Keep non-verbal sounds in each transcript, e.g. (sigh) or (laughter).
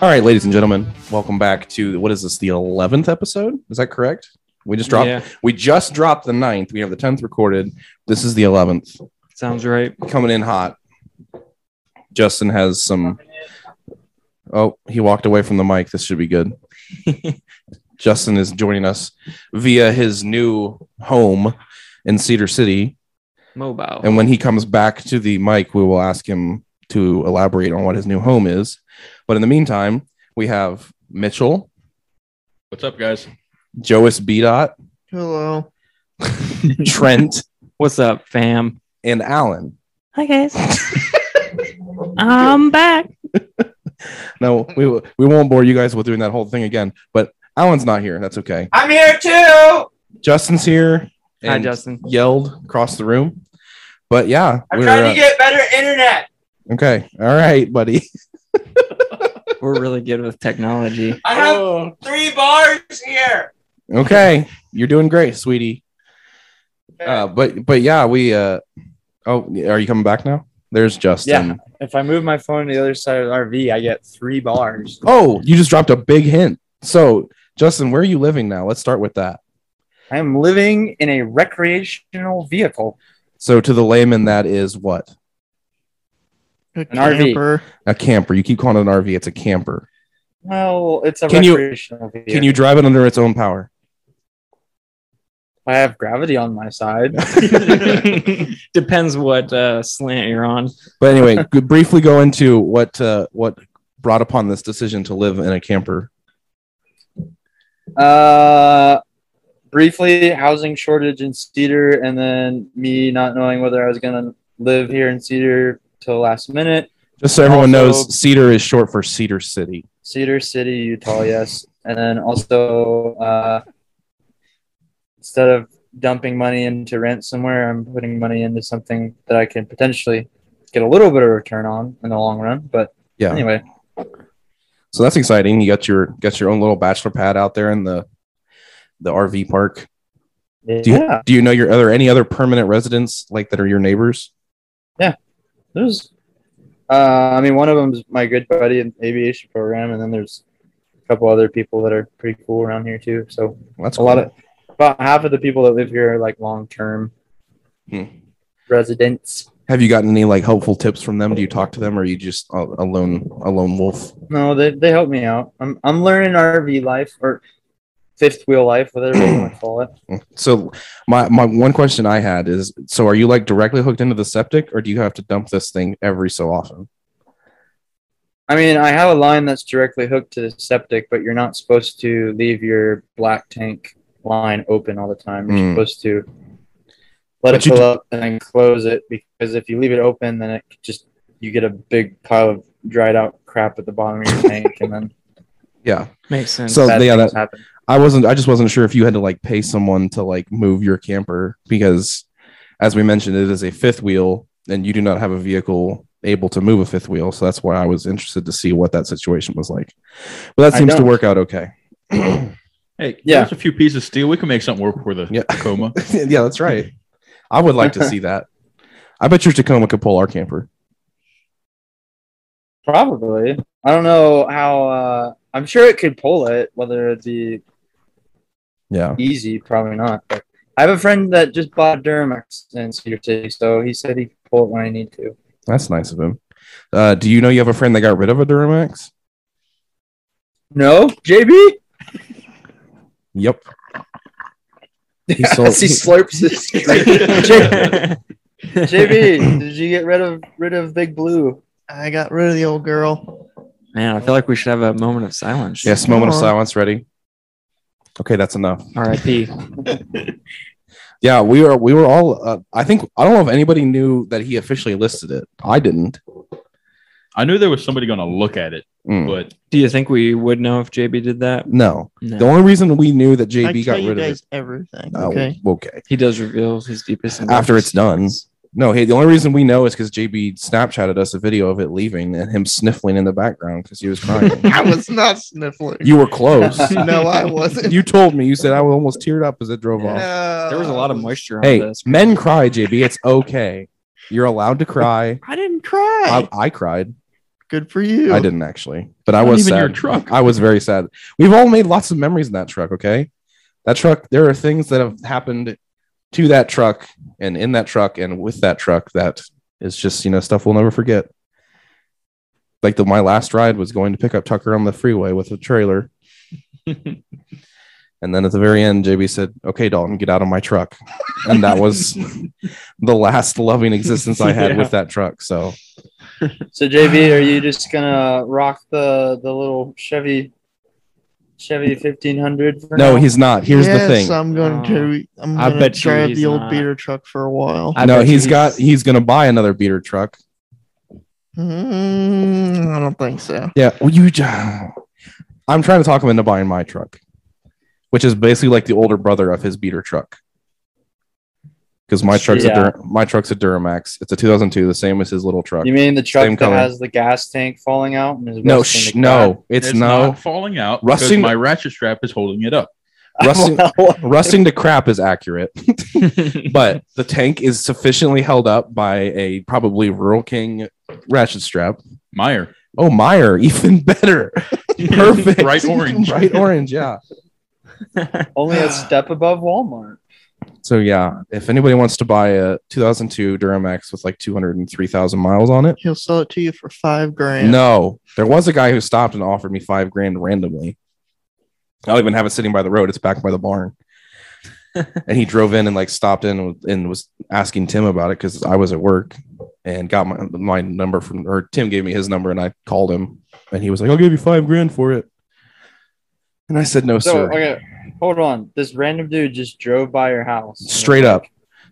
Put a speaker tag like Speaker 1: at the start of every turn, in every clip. Speaker 1: All right, ladies and gentlemen, welcome back to what is this? The eleventh episode? Is that correct? We just dropped.
Speaker 2: Yeah,
Speaker 1: We just dropped the ninth. We have the tenth recorded. This is the eleventh.
Speaker 2: sounds right.
Speaker 1: Coming in hot. Justin has some. Oh, he walked away from the mic. This should be good. Justin is joining us via his new home in Cedar City.
Speaker 2: Mobile.
Speaker 1: And when he comes back to the mic, we will ask him to elaborate on what his new home is. But in the meantime, we have Mitchell,
Speaker 3: What's up, guys?
Speaker 1: Jois B. Dot,
Speaker 4: Hello.
Speaker 1: (laughs) Trent,
Speaker 2: What's up, fam?
Speaker 1: and Alan.
Speaker 5: Hi
Speaker 1: (laughs)
Speaker 5: guys. I'm back.
Speaker 1: No, we we won't bore you guys with doing that whole thing again. But Alan's not here. That's okay.
Speaker 4: I'm here too.
Speaker 1: Justin's here.
Speaker 2: Hi,
Speaker 1: and
Speaker 2: Justin.
Speaker 1: Yelled across the room. But yeah,
Speaker 4: I'm
Speaker 1: we're,
Speaker 4: trying
Speaker 1: uh,
Speaker 4: to get better internet.
Speaker 1: okay. All right, buddy. (laughs)
Speaker 2: We're really good
Speaker 1: (laughs)
Speaker 2: with technology.
Speaker 4: I have
Speaker 6: Oh.
Speaker 4: three bars here.
Speaker 1: Okay, you're doing great, sweetie. Uh, but but yeah, we. Uh, oh, are you coming back now? There's Justin.
Speaker 6: Yeah. If I move my phone to the other side of the RV, I get three bars.
Speaker 1: Oh, you just dropped a big hint. So, Justin, where are you living now? Let's start with that.
Speaker 6: I'm living in a recreational vehicle.
Speaker 1: So, to the layman, that is what?
Speaker 4: an
Speaker 6: RV.
Speaker 1: A camper. You keep calling it an RV. It's a camper.
Speaker 6: Well, it's a
Speaker 1: Can you-
Speaker 6: recreational vehicle.
Speaker 1: Can you drive it under its own power?
Speaker 6: I have gravity on
Speaker 1: (laughs)
Speaker 6: my side.
Speaker 2: Depends what uh, slant you're on.
Speaker 1: But
Speaker 6: (laughs)
Speaker 1: anyway, g- briefly go into what uh, what brought upon this decision to live in a camper.
Speaker 6: Uh, briefly, housing shortage in Cedar, and then me not knowing whether I was gonna live here in Cedar till last minute.
Speaker 1: Just so everyone
Speaker 6: Also-
Speaker 1: knows, Cedar is short for Cedar City.
Speaker 6: Cedar City, Utah, yes. And then also, uh, instead of dumping money into rent somewhere, I'm putting money into something that I can potentially get a little bit of return on in the long run. But
Speaker 1: Yeah.
Speaker 6: anyway,
Speaker 1: So that's exciting. You got your got your own little bachelor pad out there in the the RV park. Do you,
Speaker 6: yeah,
Speaker 1: do you know your other any other permanent residents like that are your neighbors?
Speaker 6: there's, uh, I mean, one of them's my good buddy in aviation program, and then there's a couple other people that are pretty cool around here too. So
Speaker 1: Well, that's
Speaker 6: a lot of about half of the people that live here are like long term
Speaker 1: Hmm.
Speaker 6: residents.
Speaker 1: Have you gotten any like helpful tips from them? Do you talk to them, or are you just a, a lone a lone wolf?
Speaker 6: No, they, they helped me out. I'm I'm learning RV life or fifth wheel life, whatever you want to call it.
Speaker 1: So my my one question I had is: so are you like directly hooked into the septic, or do you have to dump this thing every so often?
Speaker 6: I mean, I have a line that's directly hooked to the septic, but you're not supposed to leave your black tank line open all the time. You're
Speaker 1: Hmm.
Speaker 6: supposed to let
Speaker 1: But
Speaker 6: it
Speaker 1: you
Speaker 6: fill up and then close it because if you leave it open, then it just you get a big pile of dried out crap at the bottom of your tank, and then
Speaker 1: Yeah.
Speaker 2: Makes
Speaker 1: (laughs)
Speaker 2: sense. (laughs)
Speaker 1: So- Oh,
Speaker 6: bad
Speaker 1: yeah,
Speaker 6: things
Speaker 1: that-
Speaker 6: happen.
Speaker 1: I wasn't. I just wasn't sure if you had to like pay someone to like move your camper because, as we mentioned, it is a fifth wheel, and you do not have a vehicle able to move a fifth wheel. So that's why I was interested to see what that situation was like. But that
Speaker 6: I
Speaker 1: seems to
Speaker 6: don't.
Speaker 1: work out okay. yeah,
Speaker 3: Hey,
Speaker 6: Yeah.
Speaker 3: yeah, there's a few pieces of steel. We can make something work for the
Speaker 1: Yeah.
Speaker 3: Tacoma.
Speaker 1: that's right. I would like to see that. I bet your Tacoma could pull our camper.
Speaker 6: Probably. I don't know how. Uh, I'm sure it could pull it, whether it be
Speaker 1: Yeah.
Speaker 6: easy, probably not. But I have a friend that just bought a Duramax in Cedar City, so he said he could pull it when I need to.
Speaker 1: That's nice of him. Uh, do you know you have a friend that got rid of a Duramax?
Speaker 6: No, JB.
Speaker 4: (laughs)
Speaker 1: Yep. He sold-
Speaker 6: (laughs) As he slurps
Speaker 1: (laughs)
Speaker 6: his (laughs) JB, did you get rid of rid of Big Blue?
Speaker 4: I got rid of the old girl.
Speaker 2: Man, I feel like we should have a moment of silence.
Speaker 1: Yes, moment of
Speaker 4: Aw.
Speaker 1: silence. Ready? Okay, that's enough.
Speaker 2: R.I.P.
Speaker 1: Yeah, we were we were all. Uh, I think I don't know if anybody knew that he officially listed it. I didn't.
Speaker 3: I knew there was somebody going to look at it,
Speaker 1: Mm.
Speaker 3: but
Speaker 2: Do you think we would know if JB did that?
Speaker 1: No, the
Speaker 2: No.
Speaker 1: only reason we knew that
Speaker 4: I
Speaker 1: JB
Speaker 4: tell
Speaker 1: got
Speaker 4: you
Speaker 1: rid of
Speaker 4: guys
Speaker 1: it.
Speaker 4: everything.
Speaker 1: Oh,
Speaker 4: okay.
Speaker 1: okay.
Speaker 2: He does reveal his deepest.
Speaker 1: After it's done. No, hey, the only reason we know is because JB Snapchatted us a video of it leaving and him sniffling in the background because he was
Speaker 4: (laughs)
Speaker 1: crying.
Speaker 4: I was not sniffling.
Speaker 1: you were close.
Speaker 4: (laughs) no, I
Speaker 1: (laughs)
Speaker 4: wasn't.
Speaker 1: you told me. You said I almost teared up as it drove off.
Speaker 4: No.
Speaker 2: There was a lot of moisture on
Speaker 1: Hey,
Speaker 2: this. (laughs)
Speaker 1: men cry, JB. It's okay. You're allowed to cry.
Speaker 2: I didn't cry.
Speaker 1: I, I cried.
Speaker 4: Good for you.
Speaker 1: I didn't actually, but I
Speaker 3: Not
Speaker 1: was
Speaker 3: even
Speaker 1: sad.
Speaker 3: your truck.
Speaker 1: I was very sad. We've all made lots of memories in that truck. Okay, that truck. There are things that have happened to that truck and in that truck and with that truck that is just you know stuff we'll never forget. Like the my last ride was going to pick up Tucker on the freeway with a
Speaker 2: (laughs)
Speaker 1: trailer, and then at the very end, JB said, "Okay, Dalton, get out of my truck," and that
Speaker 2: (laughs)
Speaker 1: was the last loving existence I had
Speaker 3: Yeah.
Speaker 1: with that truck. So
Speaker 6: So JB, are you just gonna rock the the little Chevy Chevy fifteen hundred?
Speaker 1: no, he's not. Here's
Speaker 4: yes,
Speaker 1: the thing.
Speaker 4: I'm going to. I'm
Speaker 2: Oh. I
Speaker 4: going to
Speaker 2: bet you
Speaker 4: drive
Speaker 2: he's
Speaker 4: the old
Speaker 2: not.
Speaker 4: beater truck for a while.
Speaker 2: I
Speaker 1: no,
Speaker 2: bet
Speaker 1: he's
Speaker 2: he's-
Speaker 1: got he's gonna buy another beater truck.
Speaker 4: Mm, I don't think so.
Speaker 1: Yeah, well, you. j- I'm trying to talk him into buying my truck, which is basically like the older brother of his beater truck. Because my truck's a
Speaker 6: Yeah.
Speaker 1: Dur- my truck's a Duramax. It's a 2002, the same as his little truck.
Speaker 6: You mean the truck
Speaker 1: Same
Speaker 6: that
Speaker 1: color.
Speaker 6: has the gas tank falling out? And is
Speaker 1: no,
Speaker 6: rusting
Speaker 1: sh-
Speaker 6: the
Speaker 1: no, it's,
Speaker 3: It's
Speaker 1: no
Speaker 6: (laughs)
Speaker 3: not falling out.
Speaker 1: Rusting-
Speaker 3: Rusting. My ratchet strap is holding it up.
Speaker 6: crap?
Speaker 1: rusting-
Speaker 6: Well,
Speaker 1: rusting to crap is accurate, but the tank is sufficiently held up by a probably Rural King ratchet strap.
Speaker 3: Meyer.
Speaker 1: Oh, Meyer, even (laughs)
Speaker 6: (laughs)
Speaker 1: better, (laughs) perfect,
Speaker 3: (laughs) Bright orange.
Speaker 1: (laughs) bright orange, yeah. (gasps)
Speaker 6: only a step above Walmart.
Speaker 1: So yeah, if anybody wants to buy a 2002 Duramax with like 203,000 miles on it,
Speaker 4: He'll sell it to you for five grand.
Speaker 1: no, there was a guy who stopped and offered me five grand randomly. I don't even have it sitting by the road; it's back by the
Speaker 6: (laughs)
Speaker 1: barn. and he drove in and like stopped in and was- and was asking Tim about it because I was at work and got my my number from or Tim gave me his number and I called him and he was like, "I'll give you five grand for it." And I said, "No,
Speaker 6: So uh,
Speaker 1: sir."
Speaker 6: okay, hold on. This random dude just drove by your house.
Speaker 1: Straight up,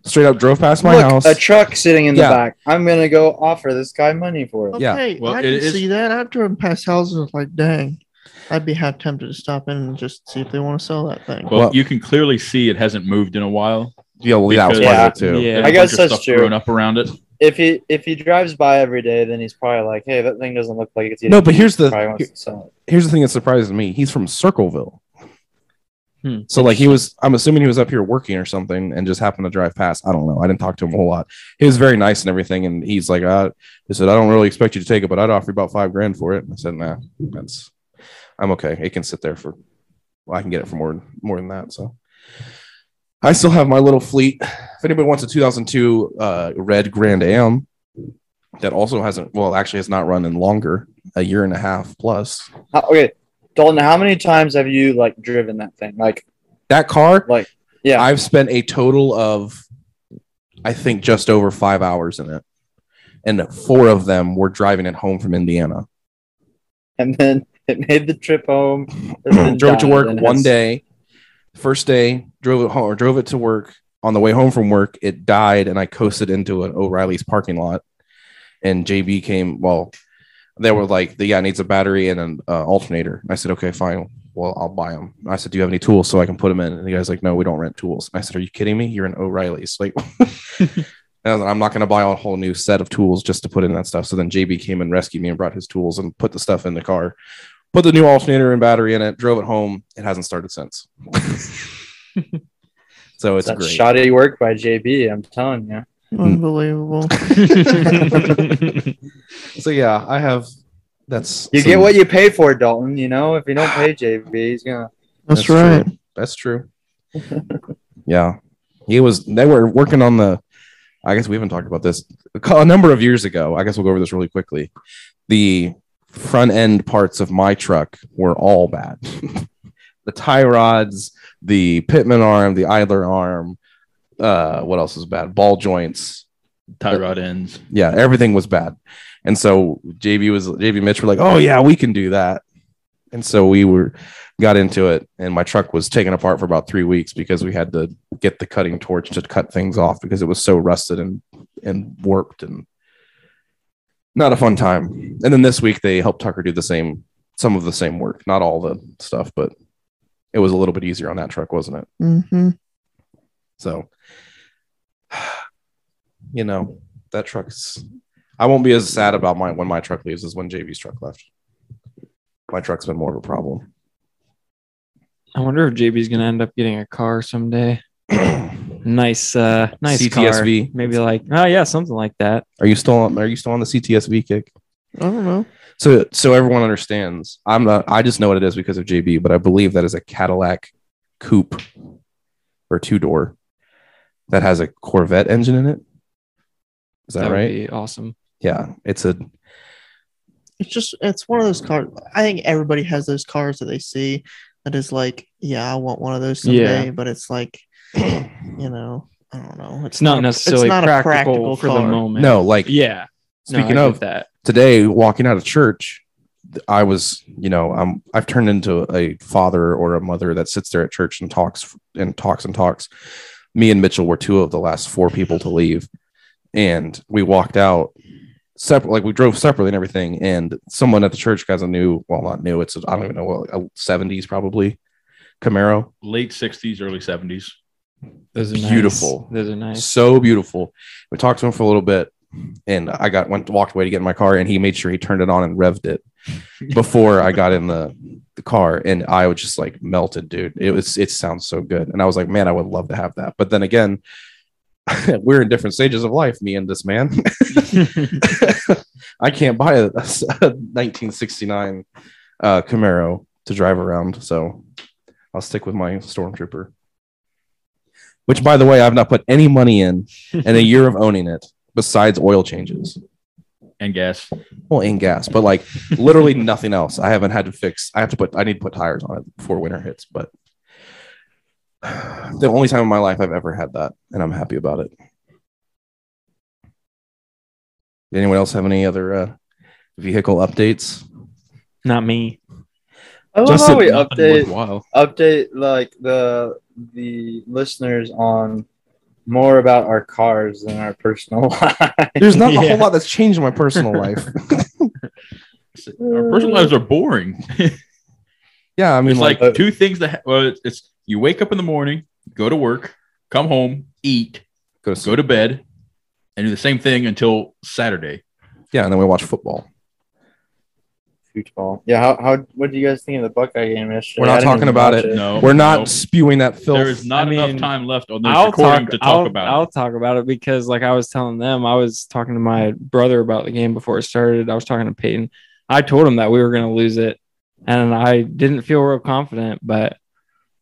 Speaker 1: straight up, drove past my
Speaker 6: Look,
Speaker 1: house.
Speaker 6: a truck sitting in
Speaker 1: Yeah.
Speaker 6: the back. I'm gonna go offer this guy money for it.
Speaker 1: Yeah.
Speaker 4: Okay,
Speaker 3: Well,
Speaker 4: I
Speaker 3: it
Speaker 4: can
Speaker 3: is-
Speaker 4: see that. I've driven past houses and was like, dang, I'd be half tempted to stop in and just see if they want to sell that thing.
Speaker 3: Well,
Speaker 1: Well-
Speaker 3: you can clearly see it hasn't moved in a while.
Speaker 1: yeah, well, yeah, that was part of it too.
Speaker 2: Yeah.
Speaker 3: There's
Speaker 6: I
Speaker 3: a
Speaker 6: guess
Speaker 3: bunch of
Speaker 6: that's
Speaker 3: stuff
Speaker 6: true.
Speaker 3: Grown up around it.
Speaker 6: If he if he drives by every day, then he's probably like, hey, that thing doesn't look like it's
Speaker 1: No, but here's the
Speaker 6: probably wants to sell
Speaker 1: here's the thing that surprises me. He's from Circleville.
Speaker 2: Hmm.
Speaker 1: So like he was I'm assuming he was up here working or something and just happened to drive past. I don't know. I didn't talk to him a whole lot. He was very nice and everything. And he's like, uh, he said, I don't really expect you to take it, but I'd offer you about five grand for it. And I said, nah, that's I'm okay. It can sit there for well, I can get it for more more than that. So I still have my little fleet. If anybody wants a 2002 uh, red Grand Am that also hasn't, well, actually has not run in longer, a year and a half plus,
Speaker 6: it. How, okay, Dalton, how many times have you like driven that thing? Like,
Speaker 1: that car
Speaker 6: like, yeah.
Speaker 1: I've spent a total of, I think, just over five hours in it. And four of them were driving it home from Indiana.
Speaker 6: and then (laughs) it made the
Speaker 1: (clears throat)
Speaker 6: trip home. and then
Speaker 1: drove it to
Speaker 6: died,
Speaker 1: work
Speaker 6: and
Speaker 1: one
Speaker 6: it's-
Speaker 1: day. First day, drove it home or drove it to work. On the way home from work, it died, and I coasted into an O'Reilly's parking lot. And JB came. Well, they were like, "The yeah, it needs a battery and an uh, alternator." I said, "Okay, fine. Well, I'll buy them." I said, "Do you have any tools so I can put them in?" And the guy's like, "No, we don't rent tools." I said, "Are you kidding me? You're an O'Reilly's like." (laughs) And I was like, I'm not going to buy a whole new set of tools just to put in that stuff. So then JB came and rescued me and brought his tools and put the stuff in the car, put the new alternator and battery in it, drove it home. It hasn't started since. so it's
Speaker 6: That's
Speaker 1: great.
Speaker 6: shoddy work by JB. I'm telling you.
Speaker 1: mm. (laughs)
Speaker 4: Unbelievable.
Speaker 1: So yeah, I have. That's
Speaker 6: You
Speaker 1: some-
Speaker 6: get what you pay for, Dalton. You know, if
Speaker 1: (sighs)
Speaker 6: you don't pay JB, he's gonna.
Speaker 4: That's,
Speaker 1: That's
Speaker 4: right.
Speaker 1: true. That's true. yeah, he was. They were working on the. I guess we haven't talked about this a cou- a number of years ago. I guess we'll go over this really quickly. The front end parts of my truck were all bad. (laughs) the tie rods, the pitman arm, the idler arm. Uh, what else was bad? Ball joints
Speaker 3: Tie rod ends.
Speaker 1: yeah, everything was bad. And so JB was JB and Mitch were like, "Oh yeah, we can do that." And so we were got into it, and my truck was taken apart for about three weeks because we had to get the cutting torch to cut things off because it was so rusted and and warped and not a fun time. And then this week they helped Tucker do the same, some of the same work, not all the stuff, but it was a little bit easier on that truck, wasn't it?
Speaker 4: hmm
Speaker 1: So, (sighs) you know, that truck's. I won't be as sad about my when my truck leaves as when JV's truck left. My truck's been more of a problem.
Speaker 2: I wonder if JB's gonna end up getting a car someday.
Speaker 1: are
Speaker 2: Nice, uh, nice car.
Speaker 1: CTSV.
Speaker 2: Maybe like, oh yeah, something like that.
Speaker 1: you still on? Are you still on the CTSV kick?
Speaker 4: I don't know.
Speaker 1: So so everyone understands. I'm not I just know what it is because of JB, but I believe that is a Cadillac coupe or two door that has a Corvette engine in it. Is that,
Speaker 2: that
Speaker 1: right?
Speaker 2: would be awesome.
Speaker 1: yeah. It's a
Speaker 4: It's just it's one of those cars. I think everybody has those cars that they see that is like, yeah, I want one of those someday. But it's like, you know, I don't know.
Speaker 2: It's not necessarily
Speaker 4: not a
Speaker 2: practical,
Speaker 4: practical
Speaker 2: for
Speaker 4: car.
Speaker 2: the moment.
Speaker 1: no, like
Speaker 2: Yeah. No,
Speaker 1: speaking
Speaker 2: I get
Speaker 1: of
Speaker 2: that,
Speaker 1: today walking out of church th- i was you know i'm i've turned into a father or a mother that sits there at church and talks and talks and talks me and mitchell were two of the last four people to leave and we walked out separate like we drove separately and everything and someone at the church has a new well not new it's I i don't even know what a 70s probably camaro
Speaker 3: Late 60s, early 70s.
Speaker 2: those are nice.
Speaker 1: beautiful.
Speaker 2: Those are nice.
Speaker 1: so beautiful. We talked to him for a little bit, and I got went walked away to get in my car, and he made sure he turned it on and revved it before I got in the the car, and I was just like melted, dude. It was it sounds so good, and I was like, man, I would love to have that. But then again, (laughs) we're in different stages of life, me and this man. (laughs) I can't buy a, a 1969 uh, Camaro to drive around, so I'll stick with my Stormtrooper. Which, by the way, I've not put any money
Speaker 3: (laughs)
Speaker 1: in in a year of owning it, besides oil changes,
Speaker 3: And gas.
Speaker 1: well, and gas, but like
Speaker 3: (laughs)
Speaker 1: literally nothing else. I haven't had to fix. I have to put. I need to put tires on it before winter hits, but. (sighs) The only time in my life I've ever had that, and I'm happy about it. Did anyone else have any other uh, vehicle updates?
Speaker 2: Not me.
Speaker 6: I love
Speaker 1: Justin,
Speaker 6: how we
Speaker 3: Nothing
Speaker 6: update
Speaker 3: worthwhile.
Speaker 6: update like the the listeners on more about our cars than our personal (laughs) life.
Speaker 1: There's not a
Speaker 3: (laughs)
Speaker 2: Yeah.
Speaker 1: whole lot that's changed in my personal life.
Speaker 3: Our personal lives are boring.
Speaker 1: Yeah, I mean,
Speaker 3: It's
Speaker 1: like, uh,
Speaker 3: like two things that ha- well, it's, it's you wake up in the morning, go to work, come home, eat,
Speaker 1: go to
Speaker 3: go to bed, and do the same thing until Saturday.
Speaker 1: yeah, and then we watch football.
Speaker 6: Football. Yeah. How, how what do you guys think of the Buckeye game yesterday?
Speaker 1: We're not
Speaker 6: I didn't
Speaker 1: talking
Speaker 6: even
Speaker 1: about
Speaker 6: watch
Speaker 1: it.
Speaker 3: No,
Speaker 1: We're not
Speaker 3: Oh, no.
Speaker 1: spewing that filth.
Speaker 3: There is not
Speaker 2: I mean,
Speaker 3: enough time left on this
Speaker 2: I'll
Speaker 3: recording
Speaker 2: talk,
Speaker 3: to talk
Speaker 2: I'll,
Speaker 3: about.
Speaker 2: I'll
Speaker 3: it.
Speaker 2: talk about it because, like I was telling them, I was talking to my brother about the game before it started. I was talking to Peyton. I told him that we were going to lose it, and I didn't feel real confident. But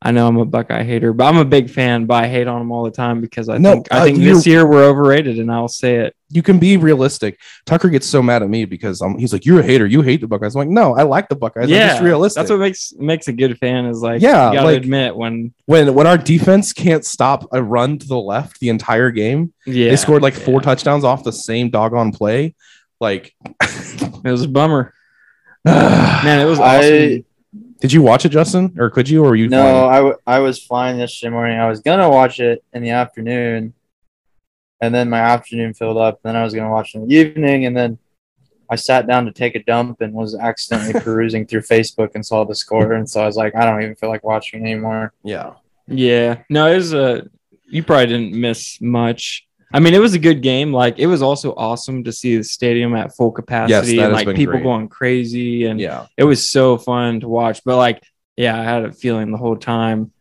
Speaker 2: I know I'm a Buckeye hater, but I'm a big fan. But I hate on them all the time because I
Speaker 1: No,
Speaker 2: think I
Speaker 1: uh,
Speaker 2: think this year we're overrated, and I'll say it.
Speaker 1: you can be realistic. Tucker gets so mad at me because um, he's like, "You're a hater. You hate the Buckeyes." I'm like, "No, I like the Buckeyes. I'm just realistic."
Speaker 2: That's what makes makes a good fan is like
Speaker 1: Yeah,
Speaker 2: you gotta
Speaker 1: like-
Speaker 2: admit when
Speaker 1: when when our defense can't stop a run to the left the entire game,
Speaker 2: yeah
Speaker 1: they scored like four
Speaker 2: yeah.
Speaker 1: touchdowns off the same doggone play. Like, (sighs)
Speaker 2: It was a bummer,
Speaker 1: did
Speaker 2: man. It was awesome.
Speaker 6: I
Speaker 1: you watch it, Justin, or could you, or were you?
Speaker 6: no. I, w- I was flying yesterday morning. I was gonna watch it in the afternoon, and then my afternoon filled up. Then I was gonna watch it in the evening, and then I sat down to take a dump and was accidentally (laughs) perusing through Facebook and saw the score, and so I was like, I don't even feel like watching it anymore.
Speaker 1: Yeah,
Speaker 2: Yeah. No, it was a. You probably didn't miss much. I mean, it was a good game. Like, it was also awesome to see the stadium at full capacity
Speaker 1: that has
Speaker 2: and like
Speaker 1: been
Speaker 2: people
Speaker 1: great.
Speaker 2: going crazy, and
Speaker 1: yeah.
Speaker 2: it was so fun to watch. But like, yeah, I had a feeling the whole time,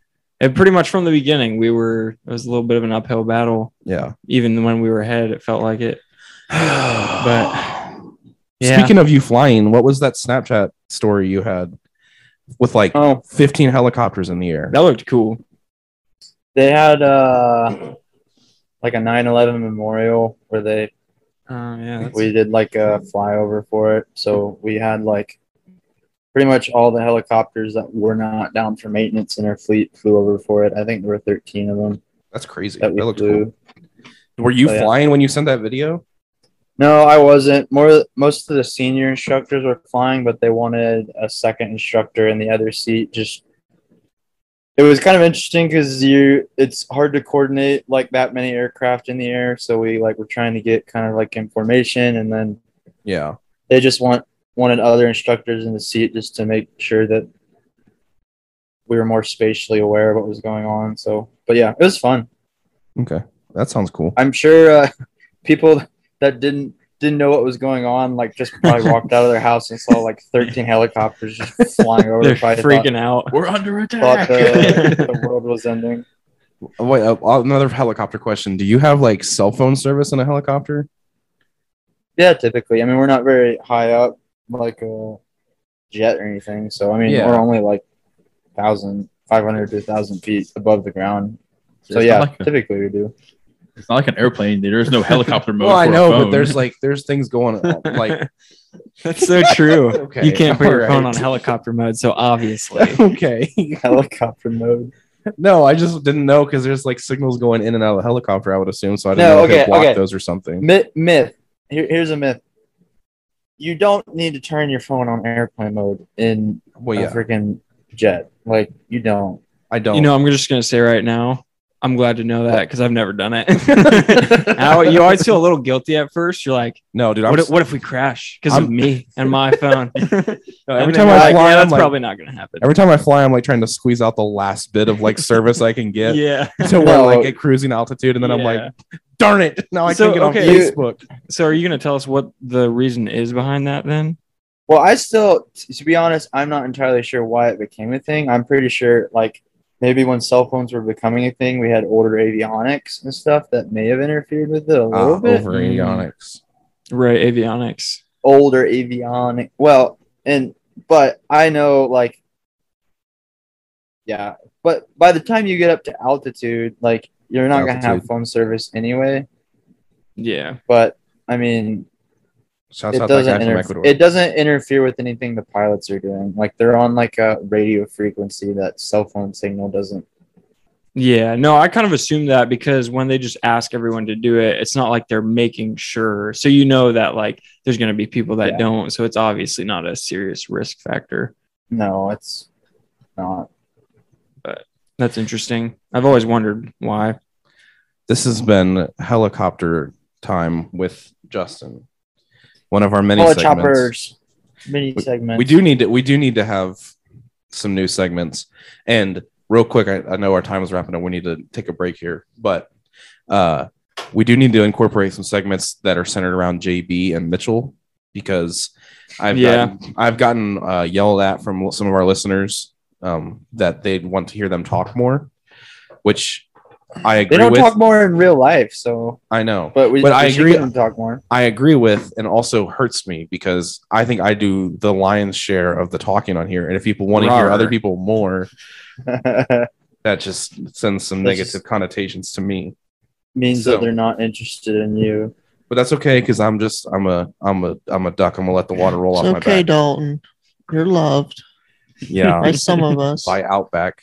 Speaker 2: and pretty much from the beginning, we were. It was a little bit of an uphill battle,
Speaker 1: Yeah.
Speaker 2: (sighs)
Speaker 1: (sighs)
Speaker 2: even when we were ahead. It felt like it.
Speaker 1: but
Speaker 2: Yeah.
Speaker 1: speaking of you flying, what was that Snapchat story you had with like
Speaker 6: Oh,
Speaker 1: 15 helicopters in the air?
Speaker 2: that looked cool.
Speaker 6: they had uh like a 9-11 memorial where they
Speaker 2: Uh, yeah. that's-
Speaker 6: we did like a flyover for it so we had like pretty much all the helicopters that were not down for maintenance in our fleet flew over for it i think there were 13 of them
Speaker 1: That's crazy.
Speaker 6: that
Speaker 1: That,
Speaker 6: we
Speaker 1: looks
Speaker 6: flew
Speaker 1: cool. Were you
Speaker 6: Oh, yeah.
Speaker 1: flying when you sent that video?
Speaker 6: no i wasn't more most of the senior instructors were flying but they wanted a second instructor in the other seat just it was kind of interesting because you it's hard to coordinate like that many aircraft in the air so we like were trying to get kind of like information and then
Speaker 1: Yeah.
Speaker 6: they just want wanted other instructors in the seat just to make sure that we were more spatially aware of what was going on. So, but yeah, it was fun.
Speaker 1: Okay. That sounds cool.
Speaker 6: I'm sure uh, (laughs) people that didn't didn't know what was going on like just probably walked out of their house and saw like 13 helicopters just flying over.
Speaker 2: They're
Speaker 6: Probably
Speaker 2: freaking out. (laughs)
Speaker 3: We're under
Speaker 6: Thought, thought
Speaker 3: attack.
Speaker 2: uh,
Speaker 6: the, the world was ending.
Speaker 1: Wait, uh, another helicopter question. Do you have like cell phone service in a helicopter?
Speaker 6: Yeah, typically. I mean, we're not very high up, like a jet or anything. So I mean,
Speaker 1: Yeah.
Speaker 6: we're only like thousand, five hundred to thousand feet above the ground. So
Speaker 3: It's not
Speaker 6: yeah,
Speaker 3: like a-
Speaker 6: typically we do. (laughs)
Speaker 3: It's not like an airplane. There's
Speaker 2: (laughs)
Speaker 3: no helicopter mode.
Speaker 1: well, I
Speaker 3: for a
Speaker 1: know, but (laughs)
Speaker 3: phone.
Speaker 1: there's like there's things going on. Like
Speaker 2: (laughs) That's so true.
Speaker 1: (laughs) okay,
Speaker 2: you can't put your
Speaker 1: all
Speaker 2: phone
Speaker 1: (laughs)
Speaker 2: on
Speaker 1: right.
Speaker 2: helicopter mode, so obviously.
Speaker 1: okay.
Speaker 6: Helicopter mode.
Speaker 1: No, I just didn't know because there's like signals going in and out of the helicopter. I would assume, so I didn't
Speaker 6: No,
Speaker 1: know if they
Speaker 6: okay,
Speaker 1: blocked
Speaker 6: okay.
Speaker 1: those or something.
Speaker 6: Myth. myth. Here, here's a myth. You don't need to turn your phone on airplane mode in
Speaker 1: Well,
Speaker 6: a
Speaker 1: yeah,
Speaker 6: freaking jet. Like you don't.
Speaker 1: I (laughs) don't.
Speaker 2: You know, I'm just gonna say right now, I'm glad to know that because I've never
Speaker 1: (laughs)
Speaker 2: done it. And I- you always feel a little guilty at first. You're like,
Speaker 1: no, dude. I'm,
Speaker 2: what if, what if we crash because of
Speaker 1: I'm-
Speaker 2: me and
Speaker 1: (laughs)
Speaker 2: my phone? (laughs)
Speaker 1: no, every
Speaker 2: And
Speaker 1: time
Speaker 2: you're
Speaker 1: I fly,
Speaker 2: like, yeah,
Speaker 1: I'm
Speaker 2: that's
Speaker 1: like,
Speaker 2: probably not gonna happen.
Speaker 1: every time I fly, I'm like trying to squeeze out the last bit of like service I can get
Speaker 2: (laughs) yeah.
Speaker 1: to where
Speaker 6: No.
Speaker 1: like at cruising altitude, and then I'm like, darn it, now I
Speaker 2: So,
Speaker 1: can't get
Speaker 2: okay,
Speaker 1: on
Speaker 6: you-
Speaker 1: Facebook.
Speaker 2: so are you gonna tell us what the reason is behind that then?
Speaker 6: Well, I still, t- to be honest, I'm not entirely sure why it became a thing. I'm pretty sure, like, maybe when cell phones were becoming a thing, we had older avionics and stuff that may have interfered with it a little
Speaker 1: Ah,
Speaker 6: bit.
Speaker 1: over avionics.
Speaker 2: Right, avionics.
Speaker 6: Older avionic. Well, and, but I know, like, yeah, but by the time you get up to altitude, like, you're not going to have
Speaker 1: Altitude.
Speaker 6: phone service anyway.
Speaker 2: Yeah.
Speaker 6: But, I mean,
Speaker 1: Shouts
Speaker 6: it
Speaker 1: out that
Speaker 6: doesn't
Speaker 1: guy from
Speaker 6: interfere.
Speaker 1: Ecuador.
Speaker 6: It doesn't interfere with anything the pilots are doing. Like they're on like a radio frequency that cell phone signal doesn't.
Speaker 2: Yeah. No, I kind of assume that because when they just ask everyone to do it, it's not like they're making sure. So you know that like there's gonna be people that
Speaker 6: Yeah.
Speaker 2: don't. So it's obviously not a serious risk factor.
Speaker 6: No, it's not.
Speaker 2: That's interesting. I've always wondered why.
Speaker 1: this has been helicopter time with Justin. One of our many
Speaker 6: All
Speaker 1: segments.
Speaker 6: choppers. Mini segment.
Speaker 1: We do need to we do need to have some new segments. And real quick, I, I know our time is wrapping up. We need to take a break here, but uh, we do need to incorporate some segments that are centered around JB and Mitchell because I've
Speaker 2: Yeah.
Speaker 1: gotten, I've gotten uh, yelled at from some of our listeners um, that they'd want to hear them talk more, which I agree
Speaker 6: They don't
Speaker 1: with.
Speaker 6: talk more in real life, so
Speaker 1: I know,
Speaker 6: but we.
Speaker 1: But I agree-
Speaker 6: Them talk more. (laughs)
Speaker 1: I agree with and also hurts me because I think I do the lion's share of the talking on here. And if people want to hear
Speaker 2: Rawr.
Speaker 1: other people more, that just sends some
Speaker 6: That's
Speaker 1: negative
Speaker 6: just-
Speaker 1: connotations to me.
Speaker 6: Means
Speaker 1: So.
Speaker 6: that they're not interested in
Speaker 1: (laughs)
Speaker 6: you.
Speaker 1: But that's okay because I'm just I'm a I'm a I'm a duck. I'm gonna let the water roll
Speaker 4: It's
Speaker 1: off
Speaker 4: okay,
Speaker 1: my back.
Speaker 4: Dalton. You're loved
Speaker 1: Yeah.
Speaker 4: by some
Speaker 1: (laughs)
Speaker 4: of us.
Speaker 1: By Outback.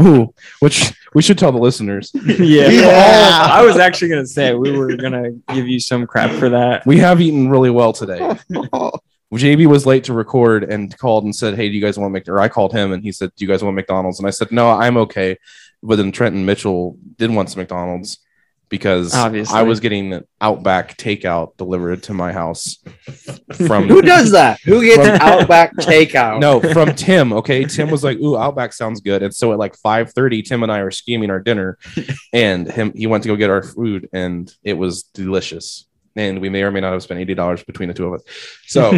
Speaker 1: Ooh, which we should tell the listeners.
Speaker 2: yeah.
Speaker 4: Yeah.
Speaker 2: I was actually gonna say we were gonna give you some crap for that.
Speaker 1: We have eaten really well today. JB was late to record and called and said, Hey, do you guys want McDonald's? Or I called him and he said, Do you guys want McDonald's? And I said, No, I'm okay. But then Trenton Mitchell did want some McDonald's because
Speaker 2: Obviously.
Speaker 1: I was getting Outback takeout delivered to my house from
Speaker 6: Who does that? Who gets
Speaker 1: From-
Speaker 6: Outback
Speaker 2: Oh.
Speaker 1: (laughs)
Speaker 6: takeout?
Speaker 1: no from Tim. Okay, Tim was like, "Ooh, Outback sounds good." And so at like five thirty, Tim and I are scheming our
Speaker 2: (laughs)
Speaker 1: dinner, and him he went to go get our food, and it was delicious. And we may or may not have spent eighty dollars between the two of us.
Speaker 2: (laughs)
Speaker 1: So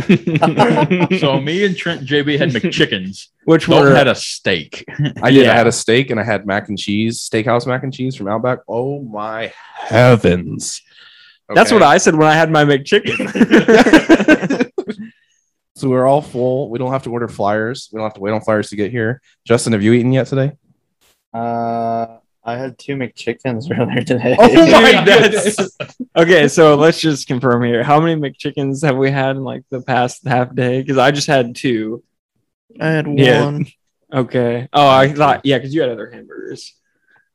Speaker 3: so me and Trent and JB
Speaker 1: (laughs)
Speaker 3: had McChickens.
Speaker 2: Which
Speaker 3: Dalton
Speaker 2: were
Speaker 3: had a steak.
Speaker 1: I did.
Speaker 2: Yeah.
Speaker 1: I had a steak and I had mac and cheese, steakhouse mac and cheese from Outback. Oh my heavens!
Speaker 2: that's
Speaker 1: Okay.
Speaker 2: what I said when I had my McChicken. (laughs)
Speaker 1: So we're all full. We don't have to order flyers. We don't have to wait on flyers to get here. Justin, have you eaten yet today?
Speaker 6: Uh, I had two McChickens (laughs) earlier today.
Speaker 1: Oh my
Speaker 2: Dude, that's- okay, so let's just confirm here. How many McChickens have we had in like the past half day? Because I just had two.
Speaker 4: I had one. (laughs)
Speaker 2: Yeah. Okay. Oh, I thought yeah, because you had other hamburgers.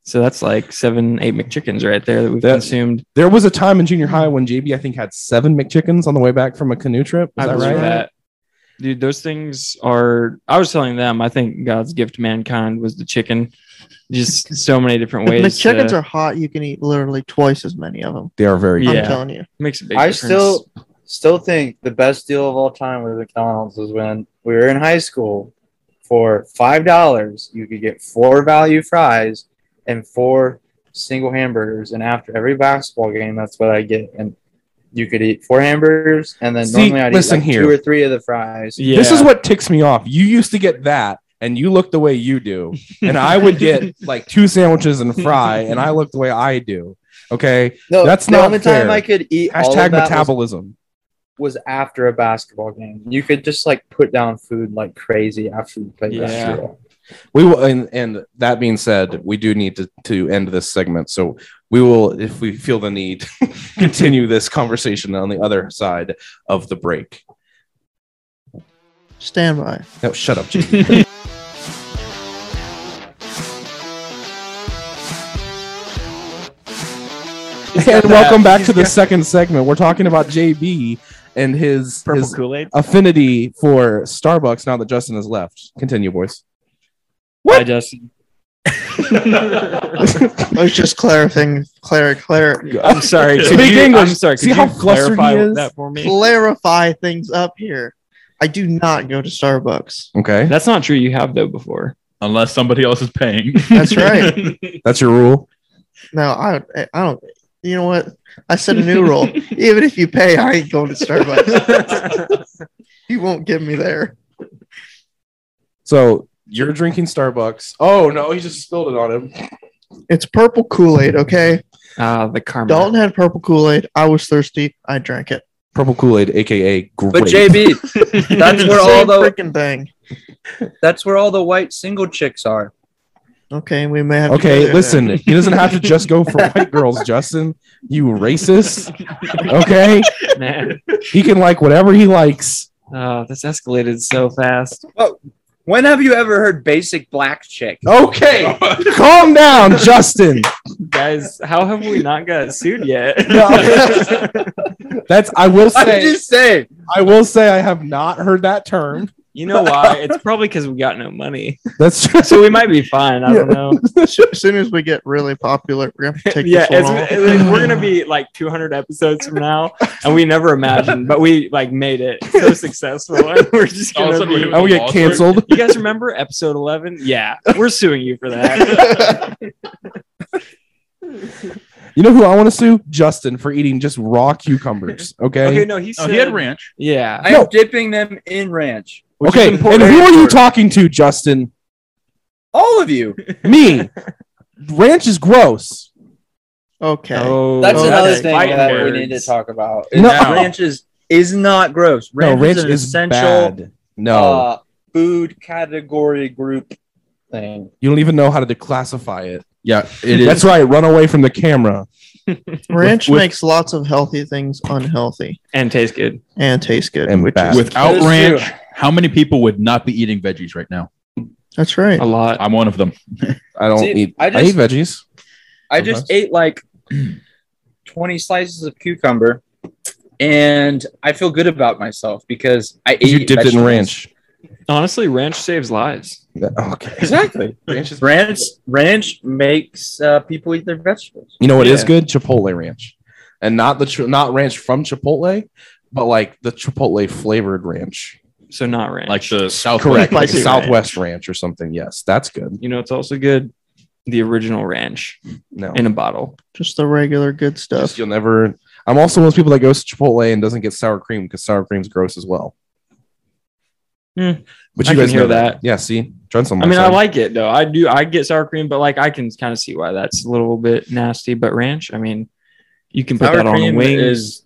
Speaker 2: So that's like seven, eight McChickens right there that we've
Speaker 1: That-
Speaker 2: consumed.
Speaker 1: There was a time in junior high when JB, I think, had seven McChickens on the way back from a canoe trip. Is
Speaker 2: I
Speaker 1: that
Speaker 2: believe
Speaker 1: right?
Speaker 2: that. Dude, those things are. I was telling them, I think God's gift to mankind was the chicken. Just so many different
Speaker 4: If
Speaker 2: ways.
Speaker 4: McChickens
Speaker 2: to-
Speaker 4: are hot, you can eat literally twice as many of them.
Speaker 1: They are very
Speaker 2: Yeah.
Speaker 4: I'm telling you.
Speaker 2: makes a big
Speaker 6: I
Speaker 2: difference.
Speaker 6: still still think the best deal of all time with McDonald's was when we were in high school. For five dollars, you could get four value fries and four single hamburgers. And after every basketball game, that's what I get. And you could eat four hamburgers, and then
Speaker 1: See,
Speaker 6: normally I'd eat
Speaker 1: listen
Speaker 6: like
Speaker 1: here.
Speaker 6: two or three of the fries.
Speaker 1: (laughs)
Speaker 2: Yeah.
Speaker 1: This is what ticks me off. You used to get that, and you look the way
Speaker 6: (laughs)
Speaker 1: you do, and I would get like two sandwiches and a fry, and I look the way I do. Okay.
Speaker 6: No,
Speaker 1: That's
Speaker 6: the
Speaker 1: not
Speaker 6: only
Speaker 1: fair.
Speaker 6: time I could eat all
Speaker 1: Hashtag
Speaker 6: of that was,
Speaker 1: metabolism.
Speaker 6: was after a basketball game. You could just like put down food like crazy after you played
Speaker 2: Yeah.
Speaker 6: basketball.
Speaker 1: We will, and, and that being said, we do need to, to end this segment. So we will, if we feel the need, (laughs) continue this conversation on the other side of the break.
Speaker 4: Stand by.
Speaker 1: No, shut up, Jake. and welcome back to the second segment. We're talking about JB and his,
Speaker 2: Purple
Speaker 1: his
Speaker 2: Kool Aid.
Speaker 1: affinity for Starbucks now that Justin has left. Continue, boys.
Speaker 6: Hi, Justin.
Speaker 4: I was just clarifying, clar- clar-
Speaker 1: (laughs)
Speaker 2: I'm sorry. could
Speaker 1: Speak
Speaker 2: you-
Speaker 1: English.
Speaker 2: I'm sorry. Could
Speaker 1: See
Speaker 2: you
Speaker 1: how flustered
Speaker 2: clarify
Speaker 1: he is?
Speaker 2: that for me?
Speaker 4: clarify things up here. I do not go to Starbucks.
Speaker 1: Okay.
Speaker 2: That's not true. You have though before.
Speaker 3: Unless somebody else is paying.
Speaker 4: That's right.
Speaker 3: (laughs)
Speaker 1: That's your rule.
Speaker 4: No, I, I don't. You know what? I set a new
Speaker 6: (laughs)
Speaker 4: rule. Even if you pay, I ain't going to Starbucks.
Speaker 6: (laughs)
Speaker 4: you won't get me there.
Speaker 1: So
Speaker 2: (laughs)
Speaker 1: you're drinking Starbucks. Oh no, he just spilled it on him.
Speaker 4: It's purple Kool Aid, okay?
Speaker 2: Ah, the karma.
Speaker 4: Dalton had purple Kool Aid. I was thirsty. I drank it.
Speaker 1: Purple Kool Aid, aka grape.
Speaker 6: But
Speaker 1: (laughs)
Speaker 6: JB,
Speaker 4: (laughs)
Speaker 6: that's where all
Speaker 4: Same
Speaker 6: the
Speaker 4: freaking thing.
Speaker 6: that's where all the white single chicks are.
Speaker 4: Okay, we may have. to go
Speaker 2: (laughs)
Speaker 1: Okay,
Speaker 4: there
Speaker 1: listen, he doesn't have to just go for white girls, Justin. You racist. Okay,
Speaker 2: Man,
Speaker 1: he can like whatever he likes.
Speaker 2: Ah, this escalated so fast.
Speaker 6: When have you ever heard basic black chick?
Speaker 1: Okay, calm down, Justin.
Speaker 2: Guys, how have we not got sued yet? (laughs)
Speaker 1: No. That's I will
Speaker 6: I'm
Speaker 1: say
Speaker 6: just saying.
Speaker 1: I will say I have not heard that term.
Speaker 2: you know why? It's probably because we got no money. (laughs)
Speaker 1: That's (laughs) true.
Speaker 2: So we might be fine. I don't know.
Speaker 4: then. (laughs) As soon as we get really popular, we're gonna have to take
Speaker 2: yeah,
Speaker 4: this
Speaker 2: it's,
Speaker 4: one off.
Speaker 2: it's- we're gonna be like 200 episodes from now, and we never imagined, but we like made it so successful. (laughs) And we're just
Speaker 3: All of a
Speaker 2: gonna
Speaker 3: sudden
Speaker 2: be,
Speaker 3: we-
Speaker 1: I will get canceled.
Speaker 2: You guys remember episode 11? Yeah, we're suing you for that.
Speaker 1: You know who I want to sue? Justin for eating just raw cucumbers.
Speaker 2: (laughs) Okay,
Speaker 1: Okay.
Speaker 2: no, he
Speaker 3: Oh,
Speaker 2: said
Speaker 3: he had ranch.
Speaker 2: Yeah,
Speaker 6: I'm
Speaker 1: No.
Speaker 6: dipping them in ranch.
Speaker 2: which
Speaker 1: Okay.
Speaker 2: is
Speaker 1: And who
Speaker 2: important.
Speaker 1: are you talking to, Justin?
Speaker 6: All of you.
Speaker 2: (laughs)
Speaker 1: Me. Ranch is gross.
Speaker 4: (sighs) okay.
Speaker 2: Oh,
Speaker 6: That's
Speaker 4: Okay.
Speaker 6: another
Speaker 4: Okay.
Speaker 6: thing
Speaker 2: Fighting
Speaker 6: that
Speaker 2: words.
Speaker 6: we need to talk about.
Speaker 1: No.
Speaker 6: Now, ranch is, is not gross. Ranch,
Speaker 1: no, ranch
Speaker 6: is an
Speaker 1: is
Speaker 6: essential
Speaker 1: bad. No,
Speaker 6: uh, food category group thing.
Speaker 1: you don't even know how to declassify it.
Speaker 3: yeah, it is.
Speaker 1: That's right. Run away from the camera.
Speaker 4: Ranch
Speaker 3: with-
Speaker 4: makes lots of healthy things unhealthy
Speaker 2: and tastes good.
Speaker 4: and taste good.
Speaker 1: And
Speaker 4: which
Speaker 1: bad.
Speaker 4: is
Speaker 6: That
Speaker 3: Without
Speaker 6: is
Speaker 3: ranch,
Speaker 6: true.
Speaker 3: how many people would not be eating veggies right now?
Speaker 4: that's right.
Speaker 2: A lot.
Speaker 3: I'm one of them.
Speaker 1: I don't
Speaker 6: See,
Speaker 1: eat. I,
Speaker 6: I just-
Speaker 1: eat veggies.
Speaker 6: I just
Speaker 1: (clears throat)
Speaker 6: ate like 20 slices of cucumber and I feel good about myself because I ate
Speaker 1: You dipped it in
Speaker 6: vegetables.
Speaker 1: ranch.
Speaker 2: Honestly, ranch saves lives.
Speaker 1: Yeah, Oh, Okay.
Speaker 6: Exactly.
Speaker 1: (laughs) Ranch is-
Speaker 6: ranch ranch makes uh, people eat their vegetables.
Speaker 1: You know what is
Speaker 2: Yeah.
Speaker 1: good? Chipotle ranch, and not the tr- not ranch from Chipotle, but like the Chipotle flavored ranch.
Speaker 2: So not ranch.
Speaker 3: Like the South.
Speaker 1: Correct, like
Speaker 4: Spicy ranch.
Speaker 1: Southwest ranch or something. Yes, that's good.
Speaker 2: you know, it's also good. The original ranch
Speaker 1: No,
Speaker 2: in a bottle.
Speaker 4: Just the regular good
Speaker 1: Just
Speaker 4: stuff.
Speaker 1: you'll never. I'm also one of those people that goes to Chipotle and doesn't get sour cream because sour cream's gross as well.
Speaker 2: Hmm.
Speaker 1: But
Speaker 2: I
Speaker 1: you
Speaker 2: can
Speaker 1: guys
Speaker 2: hear
Speaker 1: know that.
Speaker 2: that.
Speaker 1: yeah. See, Trent's on my
Speaker 2: I mean, I
Speaker 1: side.
Speaker 2: like it though. I do. I get sour cream, but like I can kind of see why that's a little bit nasty. But ranch, I mean, you can put
Speaker 6: Sour
Speaker 2: that on
Speaker 6: cream
Speaker 2: wings.
Speaker 6: is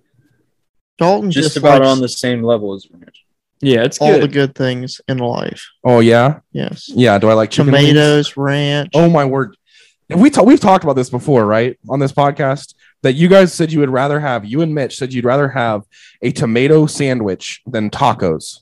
Speaker 4: Dalton
Speaker 6: just,
Speaker 4: just,
Speaker 6: about
Speaker 4: likes
Speaker 6: on the same level as ranch.
Speaker 2: yeah, it's
Speaker 4: all
Speaker 2: good.
Speaker 4: the good things in life.
Speaker 1: Oh yeah,
Speaker 4: Yes.
Speaker 1: yeah. Do I like chicken wings?
Speaker 4: Tomatoes, ranch.
Speaker 1: Oh my word. And we ta- we've talked about this before, right? On this podcast, that you guys said you would rather have you and Mitch said you'd rather have a tomato sandwich than tacos.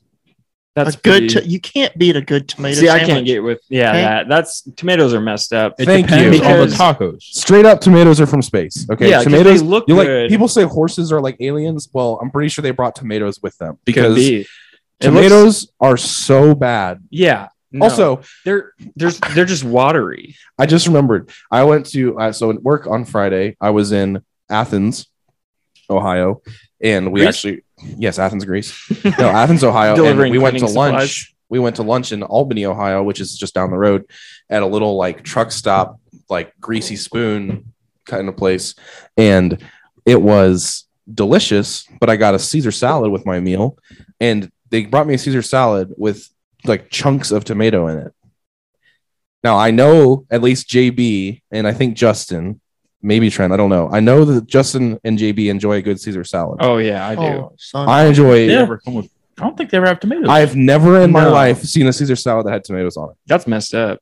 Speaker 2: That's
Speaker 4: a good.
Speaker 2: pretty-
Speaker 4: to- you can't beat a good tomato.
Speaker 2: See, I
Speaker 4: sandwich.
Speaker 2: can't get with yeah.
Speaker 4: Okay.
Speaker 2: That that's tomatoes are messed up.
Speaker 3: It
Speaker 1: Thank
Speaker 3: depends
Speaker 2: you.
Speaker 3: on the
Speaker 2: Because-
Speaker 3: tacos.
Speaker 1: Straight up, tomatoes are from space. Okay,
Speaker 2: Yeah, 'cause they
Speaker 1: tomatoes
Speaker 2: look
Speaker 1: you like-
Speaker 2: good.
Speaker 1: people say horses are like aliens. Well, I'm pretty sure they brought tomatoes with them
Speaker 2: Could
Speaker 1: because
Speaker 2: be. It looks-
Speaker 1: tomatoes are so bad.
Speaker 2: yeah. no.
Speaker 1: Also,
Speaker 2: they're they're they're just watery.
Speaker 1: I just remembered. I went to uh, so at work on Friday. I was in Athens, Ohio, and we
Speaker 3: Greece?
Speaker 1: actually yes, Athens,
Speaker 2: (laughs)
Speaker 1: Greece. No, Athens, Ohio. and
Speaker 2: Delivering
Speaker 1: we went to
Speaker 2: cleaning supplies.
Speaker 1: lunch. We went to lunch in Albany, Ohio, which is just down the road, at a little like truck stop, like greasy spoon kind of place, and it was delicious. But I got a Caesar salad with my meal, and they brought me a Caesar salad with like chunks of tomato in it. Now I know at least JB and I think Justin maybe Trent. I don't know. I know that Justin and JB enjoy a good Caesar salad.
Speaker 2: Oh yeah, I do.
Speaker 4: Oh, son.
Speaker 1: I enjoy.
Speaker 3: They ever come with? I don't think they ever have tomatoes. (laughs)
Speaker 1: I've never in my
Speaker 2: No.
Speaker 1: life seen a Caesar salad that had tomatoes on it.
Speaker 2: That's messed up.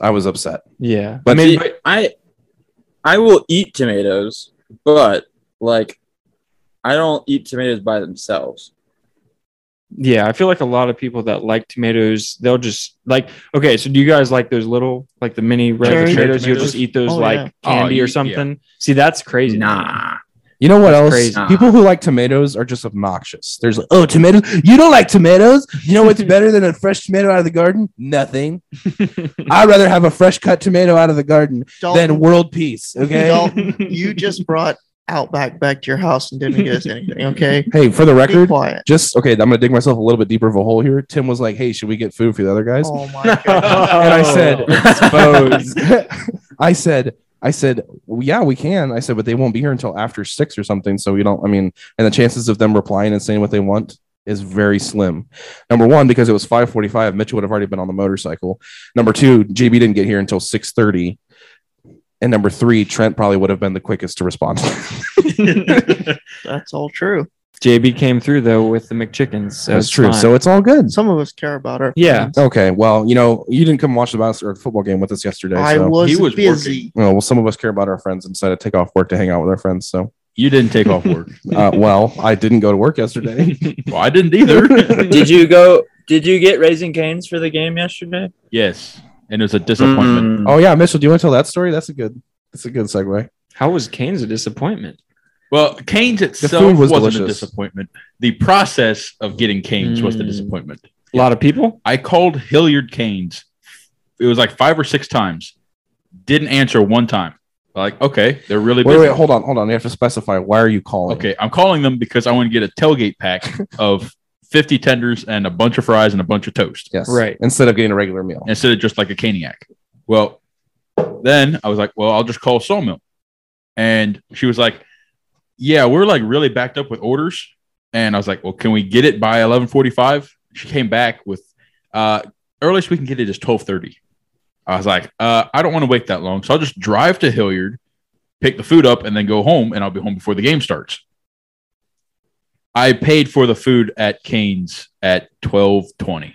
Speaker 1: I was upset.
Speaker 2: Yeah.
Speaker 1: But
Speaker 5: I mean,
Speaker 1: the-
Speaker 5: but I I will eat tomatoes, but like I don't eat tomatoes by themselves.
Speaker 2: Yeah. I feel like a lot of people that like tomatoes, they'll just like okay, so do you guys like those little like the mini red
Speaker 4: Cherry
Speaker 2: tomatoes? You'll
Speaker 3: tomatoes?
Speaker 2: just eat those
Speaker 4: Oh,
Speaker 2: like
Speaker 4: yeah.
Speaker 2: candy
Speaker 3: Oh,
Speaker 2: or
Speaker 3: you-
Speaker 2: something. See, that's crazy.
Speaker 5: Nah.
Speaker 1: You know what
Speaker 2: That's
Speaker 1: else?
Speaker 2: crazy.
Speaker 1: People who like tomatoes are just obnoxious. There's like, oh, tomatoes. You don't like tomatoes. You know what's
Speaker 2: (laughs)
Speaker 1: better than a fresh tomato out of the garden? Nothing. I'd rather have a fresh cut tomato out of the garden than
Speaker 4: Dalton,
Speaker 1: world peace. Okay.
Speaker 2: (laughs)
Speaker 4: Dalton, you just brought Outback back to your house and didn't get us
Speaker 2: (laughs)
Speaker 4: anything. Okay,
Speaker 1: hey, for the
Speaker 4: be
Speaker 1: record,
Speaker 4: quiet.
Speaker 1: just okay. I'm gonna dig myself a little bit deeper of a hole here. Tim was like, "Hey, should we get food for the other guys?"
Speaker 4: Oh my god.
Speaker 1: And I said, "Exposed." (laughs) I said, "I said, well, yeah, we can." I said, "But they won't be here until after six or something." So we don't. I mean, and the chances of them replying and saying what they want is very slim. Number one, because it was five forty-five, Mitchell would have already been on the motorcycle. Number two, JB didn't get here until six thirty. And number three, Trent probably would have been the quickest to respond. (laughs)
Speaker 4: That's all true.
Speaker 2: JB came through though with the McChickens. So
Speaker 1: That's
Speaker 2: it's
Speaker 1: true.
Speaker 2: fine.
Speaker 1: So it's all good.
Speaker 4: Some of us care about our
Speaker 2: Yeah.
Speaker 4: friends.
Speaker 1: Okay, well, you know, you didn't come watch the Biostar football game with us yesterday.
Speaker 4: I
Speaker 1: so.
Speaker 4: was,
Speaker 3: He was
Speaker 4: busy.
Speaker 1: Well, well, some of us care about our friends and decided to take off work to hang out with our friends. So,
Speaker 3: you didn't take off work.
Speaker 1: uh, well, I didn't go to work yesterday.
Speaker 3: well, I
Speaker 1: (laughs)
Speaker 3: didn't either.
Speaker 6: Did you go? Did you get raising canes for the game yesterday?
Speaker 3: yes, and it was a disappointment.
Speaker 5: Mm.
Speaker 1: oh yeah, Mitchell, do you want to tell that story? That's a good. That's a good segue.
Speaker 2: How was Kane's a disappointment?
Speaker 3: Well, Canes
Speaker 1: food
Speaker 3: itself
Speaker 1: was
Speaker 3: was not a
Speaker 1: delicious.
Speaker 3: disappointment. The process of getting Canes was the
Speaker 2: Mm.
Speaker 3: disappointment.
Speaker 2: A lot of people.
Speaker 3: I called Hilliard Canes. It was like five or six times. Didn't answer one time. Like, okay, they're really
Speaker 1: Wait,
Speaker 3: busy.
Speaker 1: wait, hold on, hold on. You have to specify why are you calling?
Speaker 3: Okay, I'm calling them because I want to get a
Speaker 1: (laughs)
Speaker 3: tailgate pack of 50 tenders and a bunch of fries and a bunch of toast
Speaker 1: Yes.
Speaker 2: Right.
Speaker 1: Instead of getting a regular meal.
Speaker 3: instead of just like a caniac. Well, then I was like, well, I'll just call Sawmill. And she was like, yeah, we're like really backed up with orders. And I was like, well, can we get it by 1145? She came back with, uh, earliest we can get it is 1230. I was like, uh, I don't want to wait that long. So I'll just drive to Hilliard, pick the food up and then go home and I'll be home before the game starts. I paid for the food at Cane's at 1220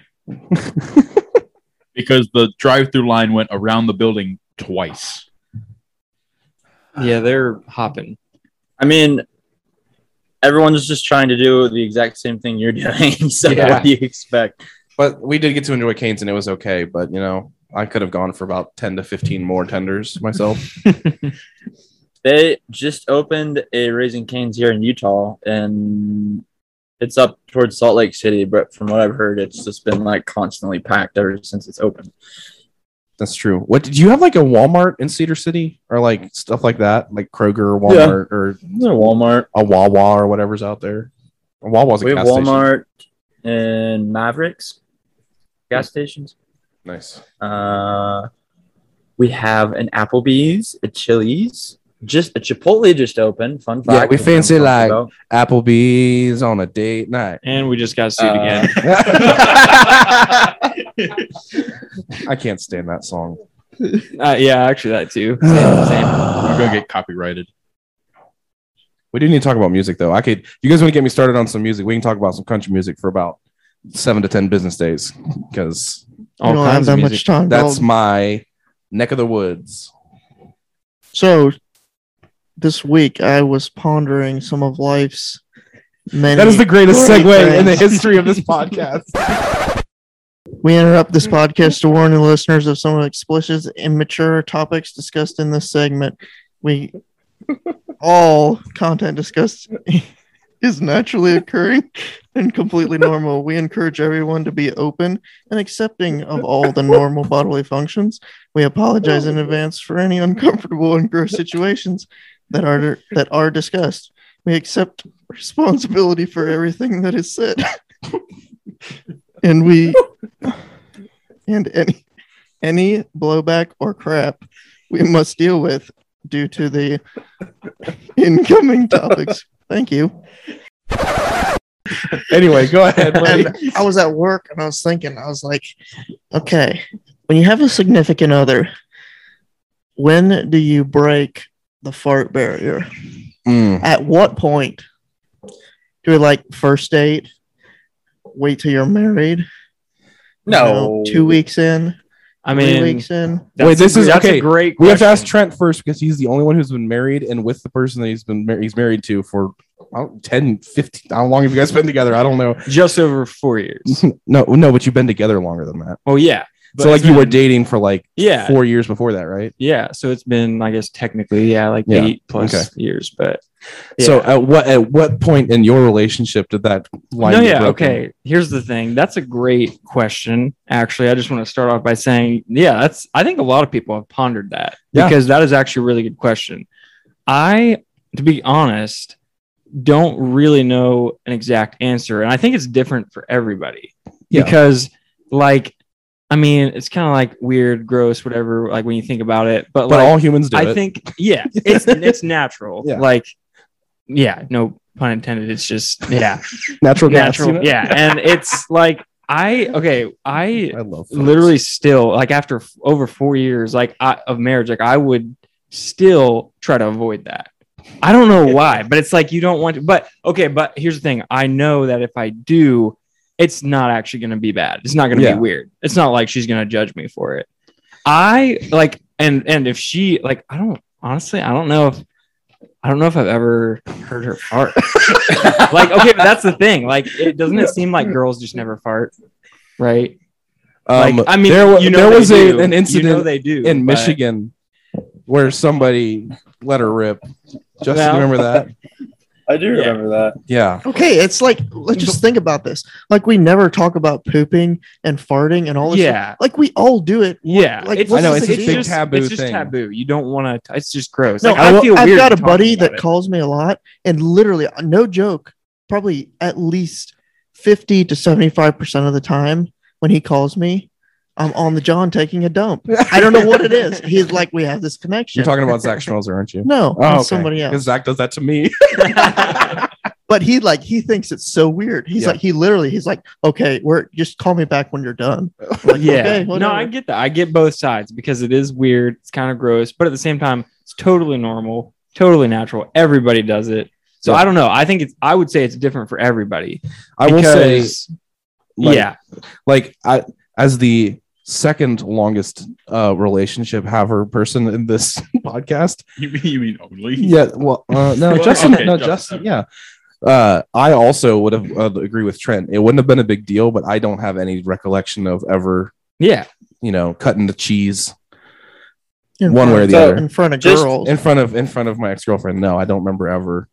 Speaker 3: because the drive-through line went around the building twice.
Speaker 2: Yeah, they're hopping.
Speaker 5: I mean, everyone's just trying to do the exact same thing you're (laughs) doing. so
Speaker 2: Yeah.
Speaker 5: what do you expect?
Speaker 1: But we did get to enjoy Canes and it was okay. But you know, I could have gone for about ten to fifteen more tenders myself.
Speaker 5: (laughs) They just opened a Raising Canes here in Utah, and it's up towards Salt Lake City. But from what I've heard, it's just been like constantly packed ever since it's opened.
Speaker 1: That's true. What do you have like a Walmart in Cedar City or like stuff like that, like Kroger or
Speaker 5: Yeah.
Speaker 1: Walmart or
Speaker 5: Is there a Walmart?
Speaker 1: a Wawa or whatever's out there? A Wawa's a
Speaker 5: We have
Speaker 1: gas station.
Speaker 5: Walmart and Mavericks gas stations.
Speaker 1: Nice.
Speaker 5: Uh, we have an Applebee's, a Chili's, just a Chipotle just opened. Fun fact.
Speaker 1: Yeah, we fancy
Speaker 5: Talked
Speaker 1: like-
Speaker 5: about.
Speaker 1: Applebee's on a date night.
Speaker 2: And we just got sued
Speaker 5: Uh,
Speaker 2: again.
Speaker 1: I can't stand that song. (laughs)
Speaker 2: Uh, yeah, actually that too.
Speaker 3: We're gonna get copyrighted. (laughs)
Speaker 1: We do need to talk about music though. I could you guys want to get me started on some music. We can talk about some country music for about seven to ten business days because
Speaker 4: You
Speaker 2: All
Speaker 4: don't have
Speaker 2: kinds
Speaker 4: that
Speaker 2: of
Speaker 4: much
Speaker 2: music.
Speaker 4: time.
Speaker 1: that's
Speaker 4: Dalton.
Speaker 1: my neck of the woods.
Speaker 4: so this week I was pondering some of life's many
Speaker 1: That is the greatest
Speaker 4: Great
Speaker 1: segue in the
Speaker 4: friends.
Speaker 1: history of this podcast.
Speaker 4: (laughs) We interrupt this podcast to warn the listeners of some of the explicit, immature topics discussed in this segment. We all content discussed (laughs) is naturally occurring and completely normal. We encourage everyone to be open and accepting of all the normal bodily functions. We apologize in advance for any uncomfortable and gross situations that are that are discussed. We accept responsibility for everything that is said. (laughs) and we and any any blowback or crap we must deal with due to the incoming (laughs) topics. Thank you.
Speaker 1: anyway, go ahead. buddy.
Speaker 4: And I was at work and I was thinking, I was like, okay, when you have a significant other, When do you break the fart barrier?
Speaker 1: Mm.
Speaker 4: At what point do we like first date? Wait till you're married? You know,
Speaker 5: No,
Speaker 4: two weeks in,
Speaker 2: (laughs) I
Speaker 4: three
Speaker 2: mean,
Speaker 4: weeks in.
Speaker 2: that's
Speaker 1: Wait, this
Speaker 2: a-
Speaker 1: is-
Speaker 2: that's
Speaker 1: okay,
Speaker 2: a great.
Speaker 1: We have to ask
Speaker 2: question.
Speaker 1: Trent first because he's the only one who's been married and with the person that he's been mar- he's married to for I don't- 10, 15. How long have you guys been together? I don't know.
Speaker 2: just over
Speaker 1: (laughs)
Speaker 2: four years.
Speaker 1: No, no, but you've been together longer than that.
Speaker 2: Oh yeah, But
Speaker 1: so like
Speaker 2: it's
Speaker 1: you were
Speaker 2: been-
Speaker 1: dating for like
Speaker 2: yeah,
Speaker 1: four years before that, right?
Speaker 2: yeah. So it's been, I guess, technically, yeah, like
Speaker 1: Yeah,
Speaker 2: eight plus
Speaker 1: okay.
Speaker 2: years. But
Speaker 1: So
Speaker 2: yeah.
Speaker 1: at what at what point in your relationship did that line?
Speaker 2: no,
Speaker 1: get
Speaker 2: yeah,
Speaker 1: broken?
Speaker 2: okay. Here's the thing. That's a great question. Actually, I just want to start off by saying, yeah, that's. I think a lot of people have pondered that
Speaker 1: Yeah.
Speaker 2: because that is actually a really good question. I, to be honest, don't really know an exact answer, and I think it's different for everybody
Speaker 1: Yeah.
Speaker 2: because, like, I mean, it's kind of like weird, gross, whatever. Like when you think about it, but,
Speaker 1: But
Speaker 2: like,
Speaker 1: all humans do
Speaker 2: I
Speaker 1: it.
Speaker 2: think
Speaker 1: (laughs)
Speaker 2: yeah, it's it's natural.
Speaker 1: Yeah.
Speaker 2: Like yeah, no pun intended. It's just yeah,
Speaker 1: (laughs) natural gas. you know?
Speaker 2: natural. Yeah, and it's like I okay, I
Speaker 1: I love farts.
Speaker 2: literally still like after f- over 4 years like I, of marriage, like I would still try to avoid that. I don't know why, but it's like you don't want to but okay, but here's the thing. I know that if I do, it's not actually going to be bad. It's not going to
Speaker 1: Yeah.
Speaker 2: be weird. It's not like she's going to judge me for it. I like and and if she like I don't honestly I don't know if I don't know if I've ever heard her fart. (laughs) like okay, but that's the thing. Like it doesn't it seem like girls just never fart, right?
Speaker 1: Um,
Speaker 2: like I mean,
Speaker 1: there, wa-
Speaker 2: you know
Speaker 1: there
Speaker 2: they
Speaker 1: was a,
Speaker 2: do.
Speaker 1: an incident
Speaker 2: you know they do
Speaker 1: in
Speaker 2: but-
Speaker 1: Michigan where somebody let her rip. Justin,
Speaker 2: Well-
Speaker 1: you remember that?
Speaker 2: (laughs)
Speaker 5: I do
Speaker 2: Yeah.
Speaker 5: remember that.
Speaker 1: Yeah.
Speaker 4: Okay, it's like let's just think about this. Like we never talk about pooping and farting and all this. stuff.
Speaker 2: Yeah,
Speaker 4: Like we all do it.
Speaker 2: yeah.
Speaker 4: like,
Speaker 1: I know, it's a
Speaker 2: just-
Speaker 1: big
Speaker 2: just-
Speaker 1: taboo
Speaker 2: It's just
Speaker 1: thing.
Speaker 2: taboo. You don't want to. It's just gross.
Speaker 4: No,
Speaker 2: like
Speaker 4: I,
Speaker 2: I, feel
Speaker 4: have
Speaker 2: weird.
Speaker 4: got a
Speaker 2: talking
Speaker 4: buddy
Speaker 2: about
Speaker 4: that
Speaker 2: it.
Speaker 4: calls me a lot, and literally, no joke, probably at least fifty to seventy-five percent of the time when he calls me, I'm on the John taking a dump. I don't know what
Speaker 1: (laughs)
Speaker 4: it is. He's like, we have this connection.
Speaker 1: You're talking about Zach Schmelzer, aren't you?
Speaker 4: no,
Speaker 1: Oh,
Speaker 4: that's
Speaker 1: okay.
Speaker 4: somebody else.
Speaker 1: 'Cause Zach does that to
Speaker 2: (laughs)
Speaker 1: me.
Speaker 4: But he like he thinks it's so weird. He's
Speaker 1: Yeah.
Speaker 4: like he literally he's like, okay, we're just call me back when you're done. Like,
Speaker 2: yeah.
Speaker 4: okay,
Speaker 2: no, I
Speaker 4: whatever.
Speaker 2: get that. I get both sides because it is weird. It's kind of gross, but at the same time, it's totally normal, totally natural. Everybody does it. So
Speaker 1: Yeah.
Speaker 2: I don't know. I think it's. I would say it's different for everybody.
Speaker 1: I will say,
Speaker 2: because-
Speaker 1: like,
Speaker 2: yeah,
Speaker 1: like I, as the second longest uh, relationship haver person in this (laughs)
Speaker 3: (laughs)
Speaker 1: podcast.
Speaker 3: You mean, you mean only?
Speaker 1: Yeah. Well, uh, no,
Speaker 3: Well,
Speaker 1: Justin.
Speaker 3: okay,
Speaker 1: no, Justin.
Speaker 3: Justin.
Speaker 1: Yeah. Uh, I also would have uh, agree with Trent. It wouldn't have been a big deal, but I don't have any recollection of ever,
Speaker 2: yeah.
Speaker 1: you know, cutting the cheese
Speaker 4: In
Speaker 1: one way or
Speaker 4: front-
Speaker 1: the
Speaker 5: So-
Speaker 1: other
Speaker 4: in front of
Speaker 5: Just-
Speaker 4: girls.
Speaker 1: in front of in front of my ex girlfriend. No, I don't remember
Speaker 3: (laughs)
Speaker 1: ever.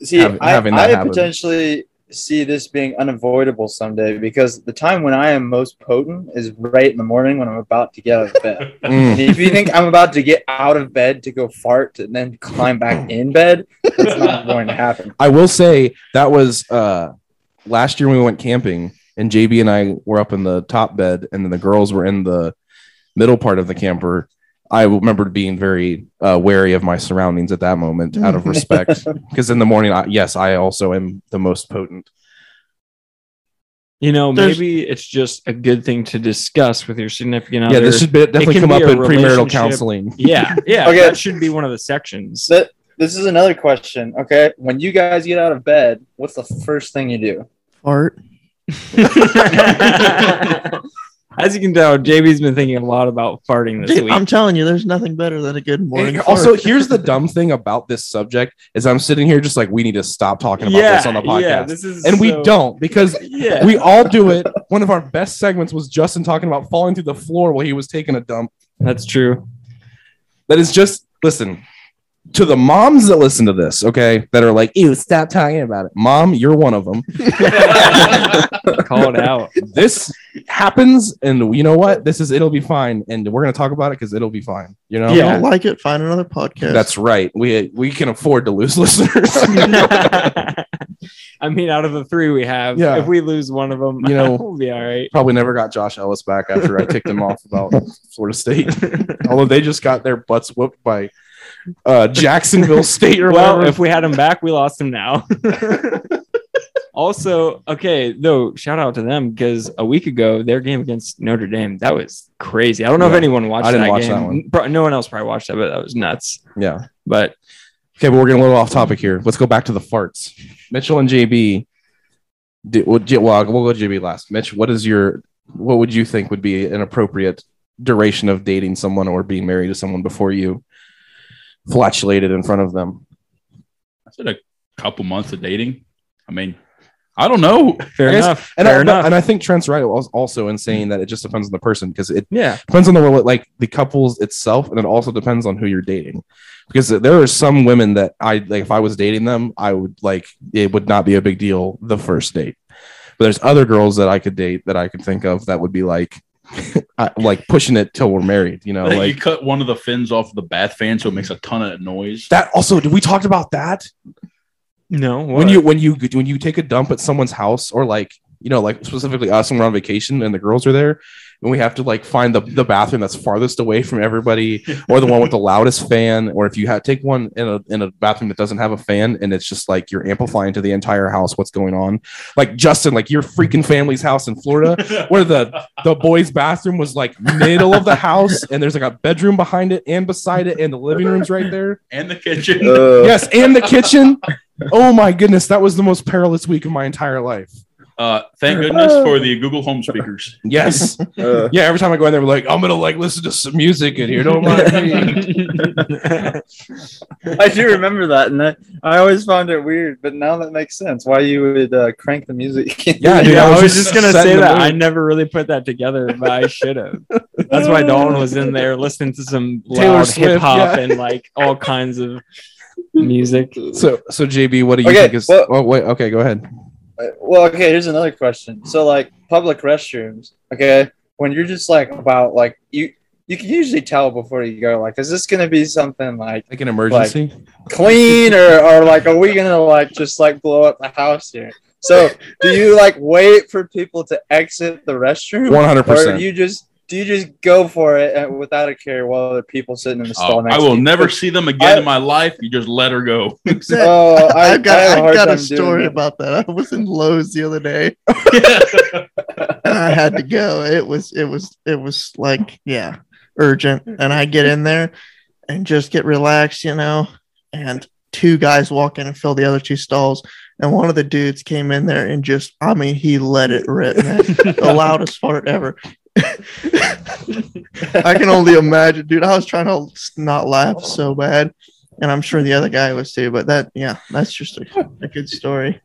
Speaker 5: See,
Speaker 1: Hav-
Speaker 5: I,
Speaker 1: having that
Speaker 5: I
Speaker 1: happen.
Speaker 5: potentially see this being unavoidable someday because the time when I am most potent is right in the morning when I'm about to get out of bed.
Speaker 1: (laughs) Mm.
Speaker 5: And if you think I'm about to get out of bed to go fart and then climb back in bed, it's not going to happen.
Speaker 1: I will say that was uh last year when we went camping and JB and I were up in the top bed and then the girls were in the middle part of the camper. I remembered being very uh, wary of my surroundings at that moment out of respect because in the morning, I, yes, I also am the most potent.
Speaker 2: You know,
Speaker 4: There's-
Speaker 2: maybe it's just a good thing to discuss with your significant other.
Speaker 1: yeah, this should be, definitely
Speaker 2: can
Speaker 1: come
Speaker 2: be
Speaker 1: up
Speaker 2: a
Speaker 1: in premarital
Speaker 2: relationship-
Speaker 1: counseling.
Speaker 2: (laughs) yeah, yeah.
Speaker 5: Okay.
Speaker 2: That should be one of the
Speaker 1: (laughs)
Speaker 2: sections. (laughs)
Speaker 5: That- This is another question. Okay. When you guys get out of bed, what's the first thing you do? (laughs)
Speaker 4: Fart.
Speaker 2: As you can tell, JB's been thinking a lot about farting this
Speaker 4: Dude,
Speaker 2: week.
Speaker 4: I'm telling you, there's nothing better than a good morning.
Speaker 1: And
Speaker 4: fart.
Speaker 1: also, here's the dumb thing about this subject is I'm sitting here just like we need to stop talking about this on the podcast,
Speaker 2: Yeah, this is
Speaker 1: and we
Speaker 2: so-
Speaker 1: don't because
Speaker 2: Yeah.
Speaker 1: (laughs) we all do it. One of our best segments was Justin talking about falling through the floor while he was taking a dump.
Speaker 2: That's true.
Speaker 1: That is just listen to the moms that listen to this, okay? That are like, "Ew, stop talking about it." Mom, you're one of them.
Speaker 2: Call it out.
Speaker 1: (laughs)
Speaker 2: (laughs)
Speaker 1: This happens, and you know what? This is it'll be fine, and we're gonna talk about it because it'll be fine. You know?
Speaker 4: If you
Speaker 2: Yeah.
Speaker 4: don't like it, find another podcast.
Speaker 1: That's right. We we can afford to lose (laughs) listeners.
Speaker 2: I mean, out of the three we have,
Speaker 1: Yeah.
Speaker 2: if we lose one of them,
Speaker 1: You know-
Speaker 2: (laughs) we'll be all right.
Speaker 1: Probably never got Josh Ellis back after I ticked him off about Florida State. Although they just got their butts whooped by uh, Jacksonville State or
Speaker 2: Well,
Speaker 1: whatever. (laughs)
Speaker 2: if we had him back, we lost him now. also, okay, no, shout out to them because a week ago, their game against Notre Dame, that was crazy. I don't know if
Speaker 1: Yeah.
Speaker 2: anyone watched
Speaker 1: I didn't
Speaker 2: that
Speaker 1: watch
Speaker 2: game.
Speaker 1: that one.
Speaker 2: Pro- no one else probably watched that, but that was nuts.
Speaker 1: Yeah.
Speaker 2: But
Speaker 1: Okay, but we're getting a little off topic here. Let's go back to the farts. Mitchell and JB. Did, well, J- well, we'll go JB last. Mitch, what is your what would you think would be an appropriate duration of dating someone or being married to someone before you flatulated in front of them?
Speaker 3: I said a couple months of dating. I mean, I don't know.
Speaker 2: fair
Speaker 1: I guess-
Speaker 2: enough.
Speaker 1: And
Speaker 2: fair
Speaker 1: I,
Speaker 2: enough.
Speaker 1: and I think Trent's right als- also in saying that it just depends on the person because it
Speaker 2: yeah.
Speaker 1: depends on the rela- like the couples itself and it also depends on who you're dating because there are some women that i like if i was dating them i would like it would not be a big deal the first date but there's other girls that i could date that i could think of that would be like (laughs) I, like pushing it till we're married you know
Speaker 3: Like,
Speaker 1: like
Speaker 3: (laughs) you cut one of the fins off the bath fan, so it makes a ton of noise.
Speaker 1: that also did we talked about that
Speaker 2: No.
Speaker 1: when you when you when you take a dump at someone's house or like you know like specifically us when we're on vacation and the girls are there and we have to like find the, the bathroom that's farthest away from everybody or the one with the loudest fan or if you have take one in a in a bathroom that doesn't have a fan and it's just like you're amplifying to the entire house what's going on like justin like your freaking family's house in florida where the the boys bathroom was like middle of the house and there's like a bedroom behind it and beside it and the living room's right there
Speaker 3: and the kitchen.
Speaker 6: Ugh.
Speaker 1: yes, and the kitchen. Oh my goodness, that was the most perilous week of my entire life.
Speaker 3: (laughs) Uh, thank goodness for the Google Home
Speaker 1: (laughs)
Speaker 3: speakers.
Speaker 1: Yes.
Speaker 6: Ugh.
Speaker 1: Yeah, every time I go in there, we're like, I'm gonna like listen to some music in here. Don't mind me.
Speaker 6: I do remember that, and I, I always found it weird, but now that makes sense. Why you would uh, crank the music?
Speaker 1: Yeah, dude,
Speaker 2: I was just gonna
Speaker 1: setting
Speaker 2: say
Speaker 1: the
Speaker 2: that. I
Speaker 1: mood.
Speaker 2: never really put that together, but I should have. That's why Dalton was in there listening to some
Speaker 1: Taylor
Speaker 2: loud
Speaker 1: Swift,
Speaker 2: hip hop
Speaker 1: yeah.
Speaker 2: and like all kinds of music.
Speaker 1: so so JB, what do you
Speaker 6: Okay,
Speaker 1: think is
Speaker 6: well-
Speaker 1: oh wait, okay, go ahead.
Speaker 6: Uh, well okay here's another question so like public restrooms okay when you're just like about like you you can usually tell before you go like is this gonna be something like
Speaker 1: Like an emergency.
Speaker 6: clean or, or like are we gonna like just like blow up the house here so do you like wait for people to exit the restroom
Speaker 1: One hundred
Speaker 6: or do
Speaker 1: percent.
Speaker 6: you just do you just go for it uh, without a care while other people sitting in the
Speaker 3: Oh,
Speaker 6: stall next
Speaker 3: I
Speaker 6: to
Speaker 3: will
Speaker 6: you?
Speaker 3: never see them again
Speaker 6: I-
Speaker 3: in my life. You just let her
Speaker 1: (laughs)
Speaker 3: go. (laughs)
Speaker 6: (laughs)
Speaker 4: Exactly.
Speaker 6: oh I,
Speaker 4: I've got,
Speaker 6: I have a
Speaker 4: I've
Speaker 6: hard
Speaker 4: got a
Speaker 6: time doing
Speaker 4: story
Speaker 6: that.
Speaker 4: about that. I was in Lowe's the other day and I had to go. It was, it was, it was like, yeah, urgent. And I get in there and just get relaxed, you know, and two guys walk in and fill the other two stalls. And one of the dudes came in there and just, I mean, he let it
Speaker 6: (laughs)
Speaker 4: rip, man. the loudest fart ever. I can only imagine, dude. I was trying to not laugh so bad, and I'm sure the other guy was too. But that, yeah, that's just a, a good story,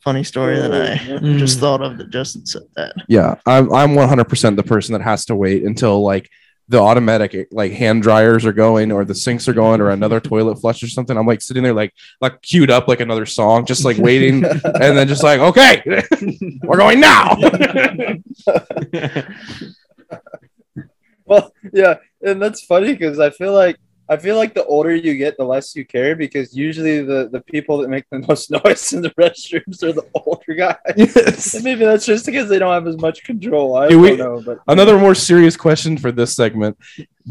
Speaker 4: funny story that
Speaker 6: (laughs)
Speaker 4: I just
Speaker 1: Hmm.
Speaker 4: thought of that Justin said that.
Speaker 1: Yeah. I'm I'm one hundred percent the person that has to wait until like the automatic like hand dryers are going or the sinks are going or another toilet flush or something. I'm like sitting there like like queued up like another song, just like
Speaker 6: (laughs)
Speaker 1: waiting and then just like, okay, (laughs) we're going now.
Speaker 6: well yeah and that's funny because i feel like i feel like the older you get the less you care because usually the the people that make the (laughs) most noise in the restrooms are the older guys
Speaker 1: yes.
Speaker 6: and maybe that's just because they don't have as much control i
Speaker 1: Do
Speaker 6: don't
Speaker 1: we-
Speaker 6: know but
Speaker 1: Another more serious question for this segment.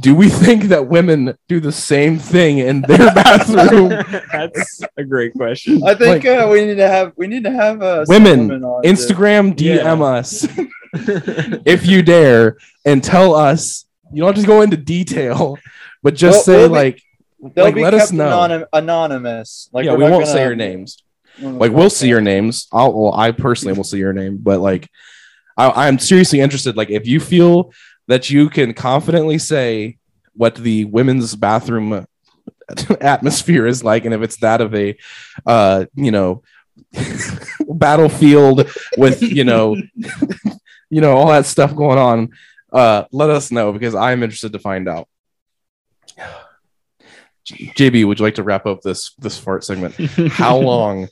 Speaker 1: Do we think that women do the same thing in
Speaker 6: (laughs)
Speaker 1: their (laughs) bathroom?
Speaker 2: That's a great question.
Speaker 6: i think uh, we need to have we need to have uh, some
Speaker 1: Women,
Speaker 6: on to-
Speaker 1: Instagram DM
Speaker 2: Yeah.
Speaker 1: us if you dare and tell us. You don't have to go into detail, but just
Speaker 6: Well,
Speaker 1: say
Speaker 6: we'll be-
Speaker 1: like
Speaker 6: They'll
Speaker 1: like,
Speaker 6: be
Speaker 1: let us
Speaker 6: kept
Speaker 1: know.
Speaker 6: anonym- anonymous like
Speaker 1: yeah,
Speaker 6: we're
Speaker 1: we
Speaker 6: not
Speaker 1: won't
Speaker 6: gonna-
Speaker 1: say your names.
Speaker 6: Mm,
Speaker 1: Like we'll see your names. I'll well, I personally will see your name, but like I, I'm seriously interested. Like if you feel that you can confidently say what the women's bathroom (laughs) atmosphere is like, and if it's that of a uh, you know (laughs) battlefield with you know (laughs) you know all that stuff going on, uh, let us know because I'm interested to find out. (sighs) JB, would you like to wrap up this this fart segment? How long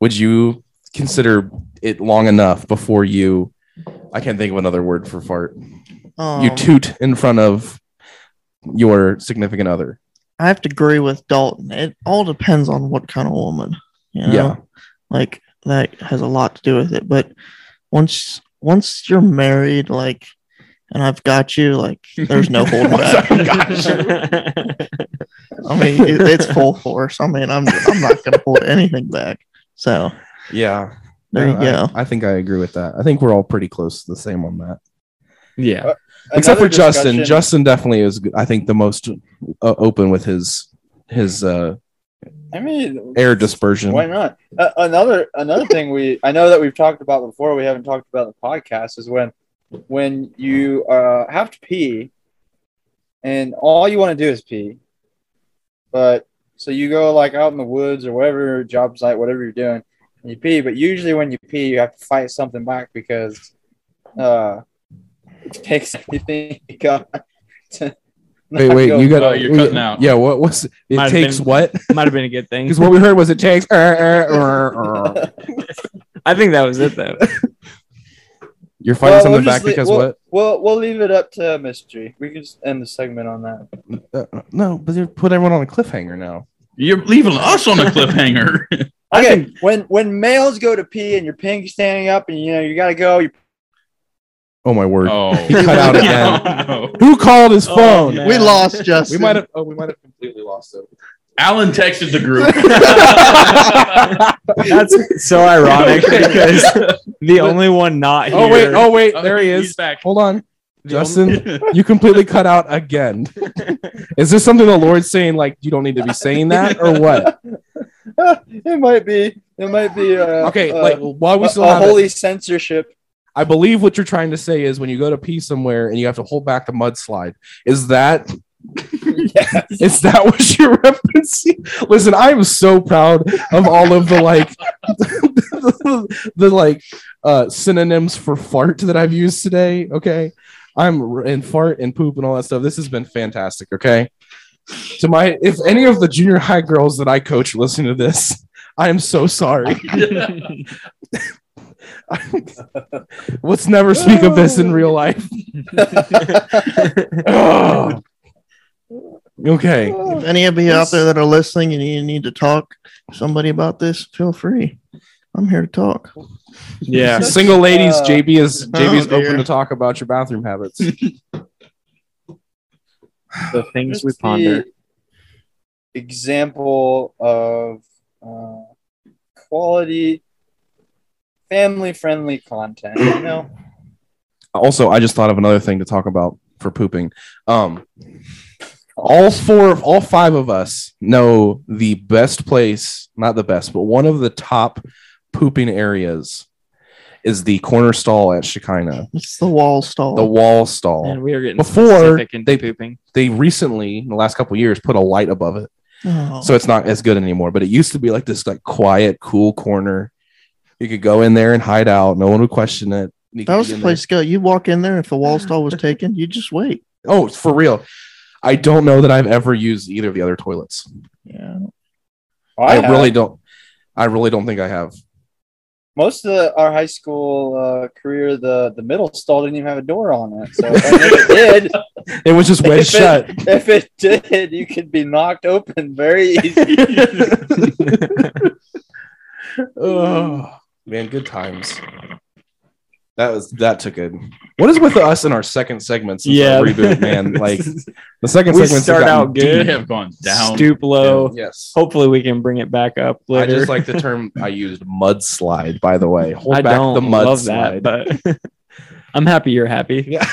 Speaker 1: would you consider it long enough before you? I can't think of another word for fart.
Speaker 4: Um,
Speaker 1: you toot in front of your significant other.
Speaker 4: I have to agree with Dalton. It all depends on what kind of woman, you know?
Speaker 1: Yeah.
Speaker 4: like that has a lot to do with it. But once once you're married, like, and I've got you, like, there's no
Speaker 1: (laughs)
Speaker 4: holding back. I mean, it, it's full force. I mean, I'm I'm not gonna hold anything back. So
Speaker 1: Yeah.
Speaker 4: There you
Speaker 1: Yeah, I-
Speaker 4: go.
Speaker 1: I think I agree with that. I think we're all pretty close to the same on that.
Speaker 2: (laughs) Yeah.
Speaker 1: Uh, Except for
Speaker 6: Another
Speaker 1: Justin.
Speaker 6: discussion-
Speaker 1: Justin definitely is I think the most uh, open with his his uh
Speaker 6: I mean,
Speaker 1: air dispersion.
Speaker 6: Why not? Uh, another another thing we I know that we've talked about before. We haven't talked about the podcast is when when you uh, have to pee, and all you want to do is pee, but so you go like out in the woods or whatever job site, whatever you're doing, and you pee. But usually when you pee, you have to fight something back because uh, it takes (laughs) everything you got. To
Speaker 1: Wait,
Speaker 6: not
Speaker 1: wait,
Speaker 6: go
Speaker 1: you got
Speaker 3: Oh, you're cutting out.
Speaker 1: Yeah, what was it
Speaker 2: Might have
Speaker 1: takes
Speaker 2: been-
Speaker 1: what?
Speaker 2: Might have been a good thing.
Speaker 1: Because what we heard was it takes (laughs) uh, uh, uh, uh.
Speaker 2: I think that was
Speaker 1: (laughs)
Speaker 2: it though.
Speaker 1: You're fighting
Speaker 6: Well,
Speaker 1: something
Speaker 6: we'll
Speaker 1: back
Speaker 6: just leave-
Speaker 1: because
Speaker 6: we'll-
Speaker 1: what?
Speaker 6: We'll we'll leave it up to mystery. We can just end the segment on that.
Speaker 1: Uh, uh, no, but they put everyone on a cliffhanger now.
Speaker 3: You're leaving us on a
Speaker 1: (laughs)
Speaker 3: cliffhanger.
Speaker 6: Okay, when when males go to pee and your pink standing up and you know you gotta go, you
Speaker 1: Oh my word!
Speaker 3: oh,
Speaker 1: He cut
Speaker 3: (laughs)
Speaker 1: out again.
Speaker 3: No.
Speaker 1: Who called
Speaker 2: Oh,
Speaker 1: his phone?
Speaker 4: (laughs) We lost Justin.
Speaker 1: we might have. Oh, we might have completely lost it.
Speaker 3: Alan texted
Speaker 1: (laughs)
Speaker 3: the group.
Speaker 2: (laughs) That's so
Speaker 1: (laughs)
Speaker 2: ironic because
Speaker 3: (laughs)
Speaker 2: the only one not here.
Speaker 1: Oh wait! Oh wait!
Speaker 3: Oh,
Speaker 1: There he
Speaker 3: he's
Speaker 1: is.
Speaker 3: back.
Speaker 1: Hold on,
Speaker 2: The
Speaker 1: Justin. You completely cut out again. Is this something the Lord's saying? Like you don't need to be saying that, or (laughs) what?
Speaker 6: it might be it might be uh,
Speaker 1: Okay,
Speaker 6: uh,
Speaker 1: like while we
Speaker 6: a-
Speaker 1: still
Speaker 6: a
Speaker 1: have it,
Speaker 6: holy censorship.
Speaker 1: I believe what you're trying to say is when you go to pee somewhere and you have to hold back the mudslide. Is that (laughs)
Speaker 6: Yes.
Speaker 1: Is that what (laughs) you're referencing? Listen, I am so proud of all of the like (laughs) the, like uh synonyms for fart that I've used today. Okay. I'm r- and fart and poop and all that stuff. This has been fantastic. Okay. To my if any of the junior high girls that I coach listen to this, I am so sorry.
Speaker 3: (laughs)
Speaker 1: (laughs) Let's never speak of this in real life.
Speaker 4: (laughs)
Speaker 1: Ugh. okay.
Speaker 6: Uh,
Speaker 4: If any of you out there that are listening and you need to talk to somebody about this, feel free. I'm here to talk.
Speaker 1: (laughs)
Speaker 2: Yeah.
Speaker 1: Single ladies,
Speaker 6: Uh,
Speaker 1: JB is JB is
Speaker 4: oh, dear.
Speaker 1: open to talk about your bathroom habits.
Speaker 2: The things we
Speaker 6: Just the
Speaker 2: ponder.
Speaker 6: Example of uh, quality, family-friendly content. You know,
Speaker 1: also, I just thought of another thing to talk about for pooping. Um, all four of all five of us know the best place, not the best, but one of the top pooping areas is the corner stall at Shekinah,
Speaker 4: It's the wall
Speaker 1: the
Speaker 4: stall.
Speaker 1: wall stall.
Speaker 2: Man, we are getting
Speaker 1: Oh. Before
Speaker 2: specific into
Speaker 1: they- (laughs)
Speaker 2: pooping. (laughs)
Speaker 1: they recently, in the last couple of years, put a light above it.
Speaker 4: Oh.
Speaker 1: so it's not as good anymore. But it used to be like this like quiet, cool corner. You could go in there and hide out. No one would question it. You
Speaker 4: that
Speaker 1: could
Speaker 4: was
Speaker 1: be
Speaker 4: the
Speaker 1: in
Speaker 4: place to go. You walk in there, if
Speaker 1: (laughs)
Speaker 4: the wall stall was taken, you just wait.
Speaker 1: there. Oh, for real. I don't know that I've ever used either of the other toilets.
Speaker 4: Yeah.
Speaker 1: (clears throat) I,
Speaker 6: have-
Speaker 1: really don't. I really don't think I have.
Speaker 6: most of the, our high school uh, career, the the middle stall didn't even have a door on it. So and if it did,
Speaker 1: It was (laughs) just wedged
Speaker 6: if
Speaker 1: shut.
Speaker 6: It, if it did, you could be knocked open very easily.
Speaker 1: oh man, good times. That was that took a. What is with us in our second segment since
Speaker 2: Yeah.
Speaker 1: our reboot, man? (laughs)
Speaker 2: (laughs)
Speaker 1: Like the second
Speaker 2: We
Speaker 1: segment
Speaker 2: start out
Speaker 1: (laughs)
Speaker 2: good.
Speaker 3: We have gone down.
Speaker 2: Stoop low.
Speaker 1: Yes.
Speaker 2: Hopefully we can bring it back up later.
Speaker 1: I just like the term
Speaker 2: (laughs)
Speaker 1: I used, mudslide. By the way, hold
Speaker 2: I
Speaker 1: back
Speaker 2: don't
Speaker 1: the mudslide.
Speaker 2: love that, but (laughs) I'm happy you're happy.
Speaker 1: yeah.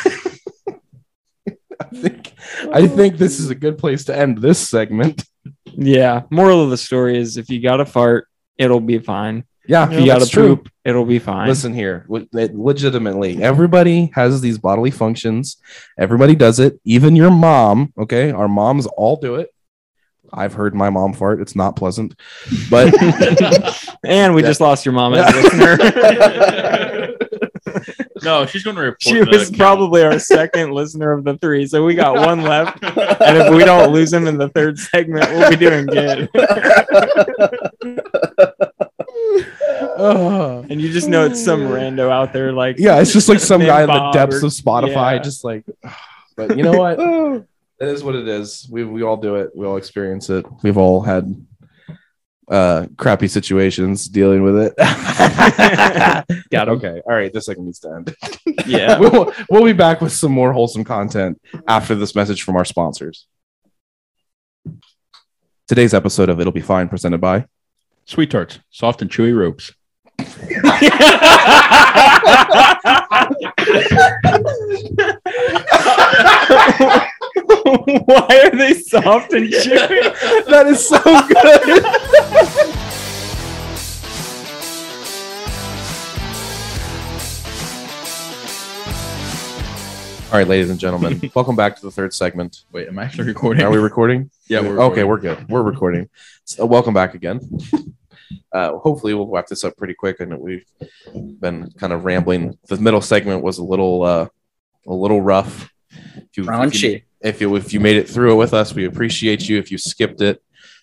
Speaker 1: I think I think this is a good place to end this segment.
Speaker 2: Yeah. Moral of the story is if you got to fart, it'll be fine.
Speaker 1: Yeah,
Speaker 2: If you got
Speaker 1: that's
Speaker 2: to
Speaker 1: true.
Speaker 2: poop, it'll be fine.
Speaker 1: Listen here, le- it- legitimately, everybody has these bodily functions. Everybody does it. Even your mom. Okay, our moms all do it. I've heard my mom fart. It's not pleasant,
Speaker 2: (laughs)
Speaker 1: but (laughs)
Speaker 2: and we just lost your mom as a
Speaker 1: Yeah. (laughs)
Speaker 2: listener.
Speaker 3: (laughs) no, she's going to report.
Speaker 2: she
Speaker 3: the
Speaker 2: was
Speaker 3: account.
Speaker 2: probably our second listener of the three, so we got one left. And if we don't lose him in the third segment, we'll be doing good.
Speaker 1: Ugh.
Speaker 2: And you just know it's some rando out there, like
Speaker 1: yeah, it's just like some
Speaker 2: Then
Speaker 1: guy in the
Speaker 2: Bob
Speaker 1: depths
Speaker 2: or-
Speaker 1: of Spotify,
Speaker 2: yeah.
Speaker 1: just like. (sighs) But you know (laughs) what?
Speaker 6: Oh,
Speaker 1: it is what it is. We we all do it. We all experience it. We've all had uh crappy situations dealing with it.
Speaker 2: (laughs)
Speaker 1: (laughs)
Speaker 2: got him.
Speaker 1: okay. All right. This second needs to end. (laughs)
Speaker 2: Yeah,
Speaker 1: We'll, we'll be back with some more wholesome content after this message from our sponsors. Today's episode of It'll Be Fine presented by
Speaker 3: Sweet tarts, soft and chewy ropes.
Speaker 2: Why are they soft and chewy?
Speaker 1: that is so good. All right, ladies and (laughs) gentlemen, welcome back to the third segment.
Speaker 3: Wait, am I actually recording?
Speaker 1: Are we (laughs) recording?
Speaker 3: yeah, we're
Speaker 1: okay,
Speaker 3: recording.
Speaker 1: we're good. We're recording. So welcome back again. Uh, hopefully, we'll wrap this up pretty quick. And we've been kind of rambling. The middle segment was a little, uh, a little rough. If you- if you-
Speaker 5: Raunchy.
Speaker 1: if you if you made it through it with us, we appreciate you. If you skipped it,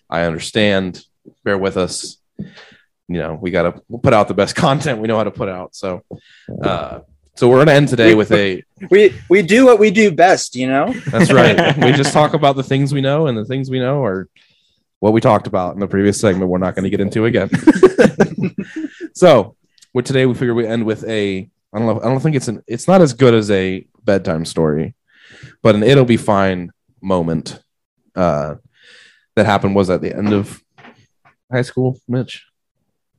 Speaker 1: I understand. Bear with us. You know, we gotta we'll put out the best (laughs) content we know how to put out. So, uh, so we're gonna end today with a.
Speaker 5: We we do what we do best, you know.
Speaker 1: That's right. we just talk about the things we know, and the things we know are what we talked about in the previous segment. We're not going to get into again. (laughs) so, with today, we figure we end with a. I don't know. I don't think it's an. It's not as good as a bedtime story, but an it'll be fine moment uh, that happened was at the end of high school, Mitch,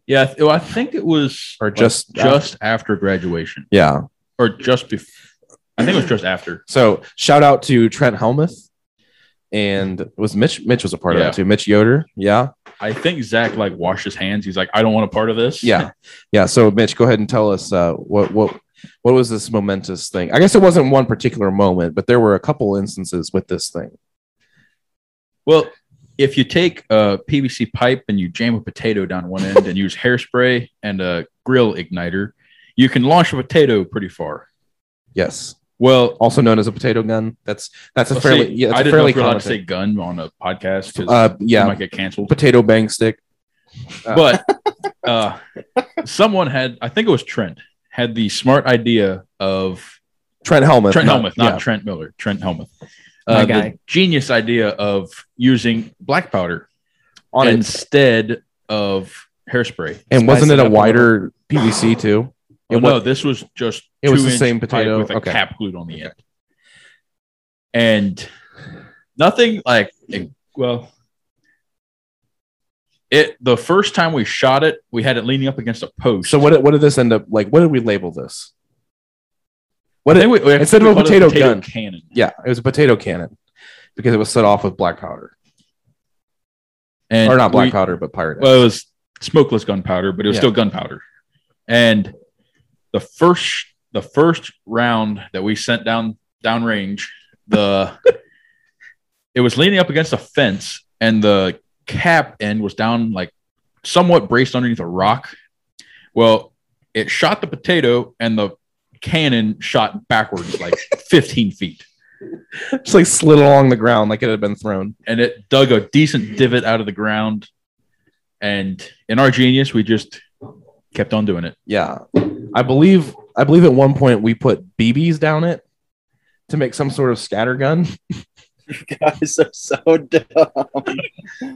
Speaker 3: Yeah, I th- well, I think it was uh,
Speaker 1: or just
Speaker 3: just after graduation
Speaker 1: yeah.
Speaker 3: or just before. I think it was just after.
Speaker 1: So shout out to Trent Helmuth, and was Mitch? Mitch was a part of
Speaker 3: Yeah.
Speaker 1: that too. Mitch Yoder, yeah.
Speaker 3: I think Zach like washed his hands. He's like, I don't want a part of this.
Speaker 1: yeah yeah so mitch go ahead and tell us uh, what what what was this momentous thing i guess it wasn't one particular moment but there were a couple instances with this thing
Speaker 3: Well, if you take a PVC pipe and you jam a potato down one end and use hairspray and a grill igniter, you can launch a potato pretty far.
Speaker 1: yes
Speaker 3: Well,
Speaker 1: also known as a potato gun that's that's a
Speaker 3: well,
Speaker 1: fairly
Speaker 3: see,
Speaker 1: yeah that's
Speaker 3: I
Speaker 1: a
Speaker 3: didn't
Speaker 1: fairly
Speaker 3: know if we were allowed
Speaker 1: common
Speaker 3: to say
Speaker 1: thing.
Speaker 3: gun on a podcast because
Speaker 1: uh
Speaker 3: yeah.
Speaker 1: yeah
Speaker 3: might get canceled.
Speaker 1: potato bang stick uh,
Speaker 3: but uh, someone had, I think it was Trent, had the smart idea of
Speaker 1: trent helmuth
Speaker 3: Trent Helmuth, not
Speaker 1: yeah.
Speaker 3: Trent Miller, Trent Helmuth.
Speaker 2: My
Speaker 3: Uh,
Speaker 2: guy.
Speaker 3: the genius idea of using black powder
Speaker 1: on it
Speaker 3: instead of hairspray.
Speaker 1: and wasn't it
Speaker 2: Spice it
Speaker 1: a
Speaker 2: up a
Speaker 1: wider pvc too
Speaker 3: Oh,
Speaker 1: It
Speaker 3: no,
Speaker 1: wa-
Speaker 3: this was just
Speaker 1: It was the
Speaker 3: two-inch
Speaker 1: same
Speaker 3: pipe
Speaker 1: potato.
Speaker 3: with a
Speaker 1: Okay.
Speaker 3: cap glued on the end, and nothing like it- well. It the first time we shot it, we had it leaning up against a post.
Speaker 1: so what did- what did this end up like what did we label this what
Speaker 3: I
Speaker 1: did,
Speaker 3: think we- we-
Speaker 1: instead of
Speaker 3: we
Speaker 1: a
Speaker 3: called it
Speaker 1: potato gun.
Speaker 3: cannon?
Speaker 1: yeah it was a potato cannon because it was set off with black powder
Speaker 3: And
Speaker 1: or not black
Speaker 3: we-
Speaker 1: powder but pirate
Speaker 3: Well, it was smokeless gunpowder, but it was
Speaker 1: Yeah.
Speaker 3: still gunpowder. And the first the first round that we sent down downrange, the (laughs) it was leaning up against a fence, and the cap end was down like somewhat braced underneath a rock. Well, it shot the potato, and the cannon shot backwards like (laughs) 15 feet,
Speaker 1: just like slid along the ground like it had been thrown.
Speaker 3: and it dug a decent divot out of the ground. And in our genius, we just kept on doing it.
Speaker 1: Yeah, I believe I believe at one point we put BBs down it to make some sort of scatter gun.
Speaker 5: Guys are so dumb.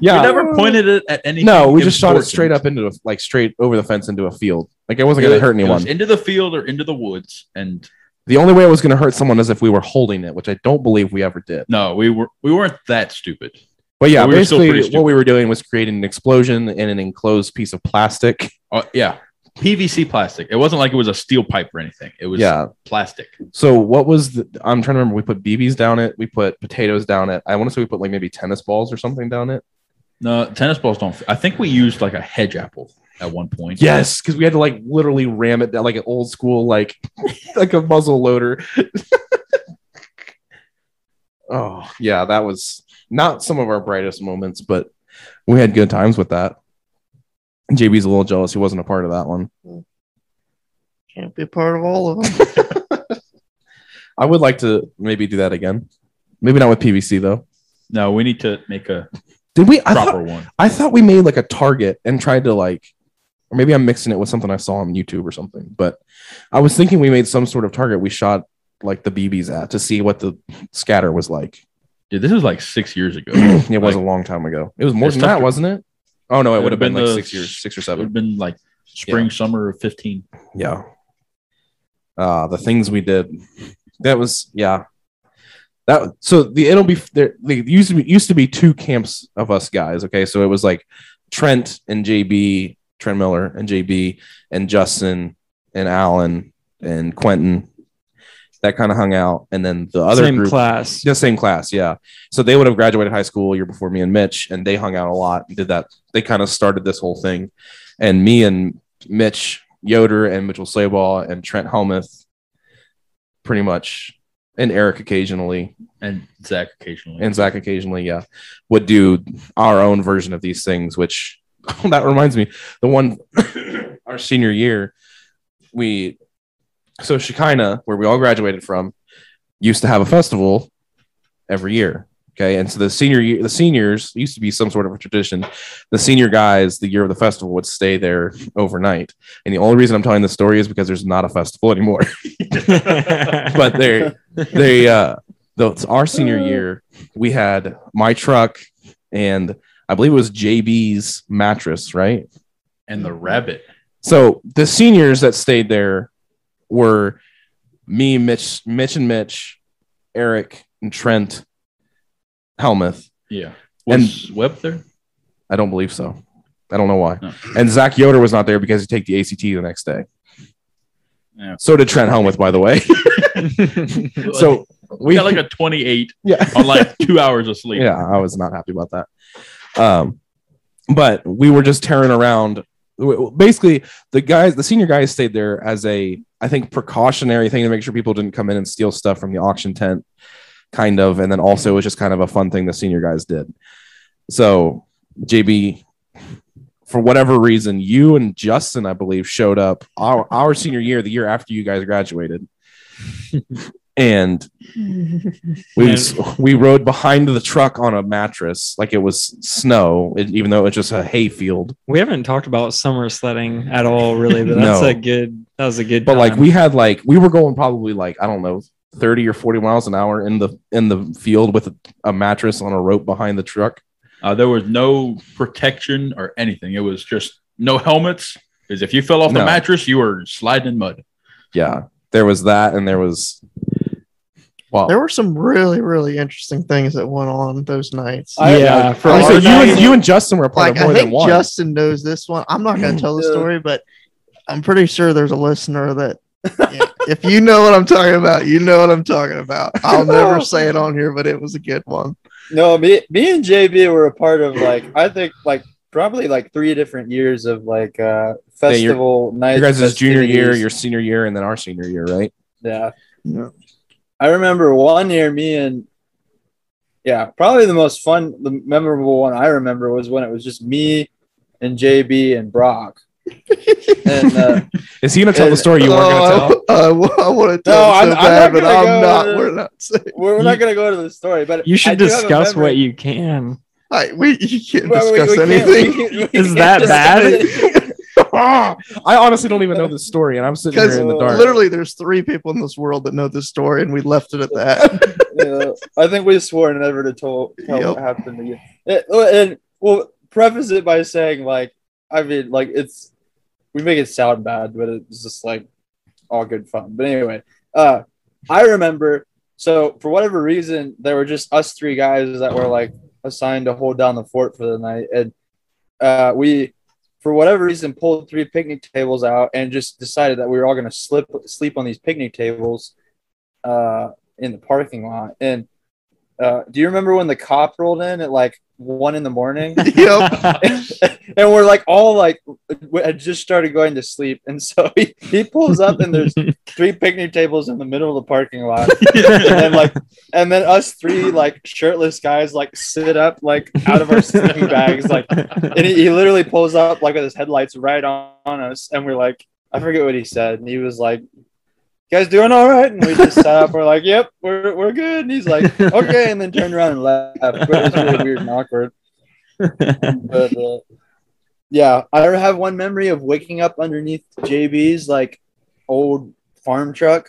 Speaker 1: Yeah,
Speaker 3: We never pointed it at anything.
Speaker 1: no, we just shot it
Speaker 3: important.
Speaker 1: straight up into the, like straight over the fence into a field. Like it
Speaker 3: It
Speaker 1: wasn't going
Speaker 3: was-
Speaker 1: to hurt
Speaker 3: it was
Speaker 1: anyone.
Speaker 3: Into the field or into the woods, and
Speaker 1: The only way it was going to hurt someone is if we were holding it, which I don't believe we ever did.
Speaker 3: no, we were we weren't that stupid.
Speaker 1: But yeah,
Speaker 3: But we were still
Speaker 1: basically
Speaker 3: pretty
Speaker 1: what we were doing was creating an explosion in an enclosed piece of plastic.
Speaker 3: Uh, yeah, PVC plastic. It wasn't like it was a steel pipe or anything. It was
Speaker 1: Yeah.
Speaker 3: plastic.
Speaker 1: So what was the? I'm trying to remember. We put BBs down it. We put potatoes down it. I want to say we put like maybe tennis balls or something down it.
Speaker 3: No, tennis balls don't. I think we used like a hedge apple at one point.
Speaker 1: Yes, because we had to like literally ram it down like an old school like (laughs) like a muzzle loader. (laughs) oh yeah, that was not some of our brightest moments, but we had good times with that. JB's a little jealous; he wasn't a part of that one.
Speaker 4: Can't be a part of all of them.
Speaker 1: I would like to maybe do that again. Maybe not with PVC though.
Speaker 3: No, we need to make a
Speaker 1: Did we? I
Speaker 3: proper
Speaker 1: thought,
Speaker 3: one.
Speaker 1: I thought we made like a target and tried to like, or maybe I'm mixing it with something I saw on YouTube or something. But I was thinking we made some sort of target. We shot like the BBs at to see what the scatter was like. (clears throat)
Speaker 3: Dude, this was like six years ago.
Speaker 1: it was a long time ago. It was more
Speaker 3: It's
Speaker 1: than
Speaker 3: tough
Speaker 1: that,
Speaker 3: to-
Speaker 1: wasn't it? Oh no, it
Speaker 3: It
Speaker 1: would have been,
Speaker 3: would've been
Speaker 1: like
Speaker 3: the-
Speaker 1: six years, six or
Speaker 3: It would have
Speaker 1: seven.
Speaker 3: been like spring, summer of fifteen.
Speaker 1: Yeah. Uh, the things we did. That was yeah. That so the it'll be there. They used to be used to be two camps of us guys. Okay, so it was like Trent and JB Trent Miller and JB and Justin and Alan and Quentin that kind of hung out. And then the other
Speaker 2: same
Speaker 1: group,
Speaker 2: class.
Speaker 1: the same class, yeah. So they would have graduated high school a year before me and Mitch, and they hung out a lot and did that. They kind of started this whole thing. And me and Mitch Yoder and Mitchell Slayball and Trent Helmuth, pretty much, and Eric occasionally,
Speaker 3: and Zach occasionally.
Speaker 1: and Zach occasionally, yeah, would do our own version of these things, which (laughs) that reminds me, the one (coughs) our senior year, we so Shekinah, where we all graduated from, used to have a festival every year. Okay. And so the senior year, the seniors used to be some sort of a tradition. The senior guys, the year of the festival, would stay there overnight. And the only reason I'm telling this story is because there's not a festival anymore. (laughs) (laughs) but they they uh the, it's our senior year we had my truck and i believe it was jb's mattress right
Speaker 3: and the rabbit.
Speaker 1: so the seniors that stayed there were me mitch mitch and mitch eric and trent helmuth
Speaker 3: Yeah.
Speaker 1: And-
Speaker 3: Was Webb
Speaker 1: (laughs)
Speaker 3: there?
Speaker 1: i don't believe so i don't know why
Speaker 3: No.
Speaker 1: and zach yoder was not there because he take the act the next day
Speaker 3: Yeah.
Speaker 1: so did trent helmuth by the way (laughs) so
Speaker 3: we
Speaker 1: we
Speaker 3: got like a 28
Speaker 1: yeah
Speaker 3: (laughs) on like two hours of sleep.
Speaker 1: Yeah, I was not happy about that. Um, but we were just tearing around. w- w- Basically, the guys, the senior guys, stayed there as a, I think, precautionary thing to make sure people didn't come in and steal stuff from the auction tent, kind of. And then also, it was just kind of a fun thing the senior guys did. So, JB, for whatever reason, you and Justin, I believe, showed up our, our senior year, the year after you guys graduated, and we we rode behind the truck on a mattress like it was snow, it- even though it was just a hay field.
Speaker 2: We haven't talked about summer sledding at all, really, but that's
Speaker 1: No.
Speaker 2: a good. That was a good.
Speaker 1: But like
Speaker 2: time.
Speaker 1: we had like we were going probably like I don't know thirty or forty miles an hour in the in the field with a, a mattress on a rope behind the truck.
Speaker 3: Uh, there was no protection or anything. It was just no helmets. Because if you fell off
Speaker 1: No.
Speaker 3: the mattress, you were sliding in mud.
Speaker 1: Yeah, there was that, and there was well,
Speaker 4: There were some really, really interesting things that went on those nights.
Speaker 2: I- Yeah, for
Speaker 1: Like I
Speaker 2: our
Speaker 1: said, you, and,
Speaker 2: night-
Speaker 1: you and Justin were a part
Speaker 4: like
Speaker 1: of
Speaker 4: I
Speaker 1: more than
Speaker 4: think
Speaker 1: one.
Speaker 4: Justin knows this one. I'm not going to tell the
Speaker 6: (laughs) Yeah.
Speaker 4: story, but I'm pretty sure there's a
Speaker 6: (laughs)
Speaker 4: listener that Yeah, if you know what I'm talking about, you know what I'm talking about.
Speaker 6: (laughs)
Speaker 4: I'll never say it on here, but it was a good one.
Speaker 6: No, me, me and JB were a part of like I think like probably like three different years of like uh
Speaker 1: Yeah, your-
Speaker 6: festival nights.
Speaker 1: your guys' junior year,
Speaker 6: festivities.
Speaker 1: your senior year, and then our senior year, right?
Speaker 6: yeah.
Speaker 4: Yeah.
Speaker 6: I remember one year, me and yeah, probably the most fun, the memorable one I remember was when it was just me and JB and Brock. and uh,
Speaker 1: Is he gonna tell the
Speaker 6: And-
Speaker 1: story you weren't gonna tell?
Speaker 4: Oh, I, I, want to
Speaker 6: No,
Speaker 4: tell it so
Speaker 6: I'm- I'm not
Speaker 4: bad, but
Speaker 6: gonna
Speaker 4: I'm
Speaker 6: go
Speaker 4: not.
Speaker 6: with it.
Speaker 4: We're not. (laughs) saying-
Speaker 6: we're, we're not gonna go to the story, but
Speaker 2: you
Speaker 6: I
Speaker 2: should
Speaker 6: do have a
Speaker 2: discuss
Speaker 6: memory-
Speaker 2: what you
Speaker 6: (laughs)
Speaker 2: can. (laughs)
Speaker 4: Like, we you can't
Speaker 6: Well, we-
Speaker 4: discuss
Speaker 6: we can't-
Speaker 4: anything.
Speaker 6: we can't- we
Speaker 2: Is
Speaker 6: can't
Speaker 4: (laughs)
Speaker 2: that
Speaker 6: discuss
Speaker 2: bad?
Speaker 6: it.
Speaker 1: (laughs) I honestly don't even know the story, and I'm sitting here
Speaker 4: Because
Speaker 1: in the dark.
Speaker 4: Literally, there's three people in this world that know this story, and we
Speaker 6: (laughs)
Speaker 4: left it at that.
Speaker 6: Yeah, I think we swore never to tell, tell
Speaker 4: Yep.
Speaker 6: what happened to you. It- well, and we'll preface it by saying, like, I mean, like, it's we make it sound bad, but it's just like all good fun. But anyway, uh, I remember. So for whatever reason, there were just us three guys that were like assigned to hold down the fort for the night, and uh, we, for whatever reason, pulled three picnic tables out and just decided that we were all going to slip sleep on these picnic tables. Uh, in the parking lot. And uh, do you remember when the cop rolled in at like one in the morning?
Speaker 4: yep.
Speaker 6: and we're like all like we had just started going to sleep. And so he, he pulls up and there's three picnic tables in the middle of the parking lot. And then like and then us three like shirtless guys like sit up like out of our sleeping bags like and he, he literally pulls up like with his headlights right on, on us and we're like i forget what he said and he was like you guys doing all right and we just sat up we're like yep we're, we're good and he's like okay and then turned around and left it was really weird and awkward but uh, yeah i have one memory of waking up underneath jb's like old farm truck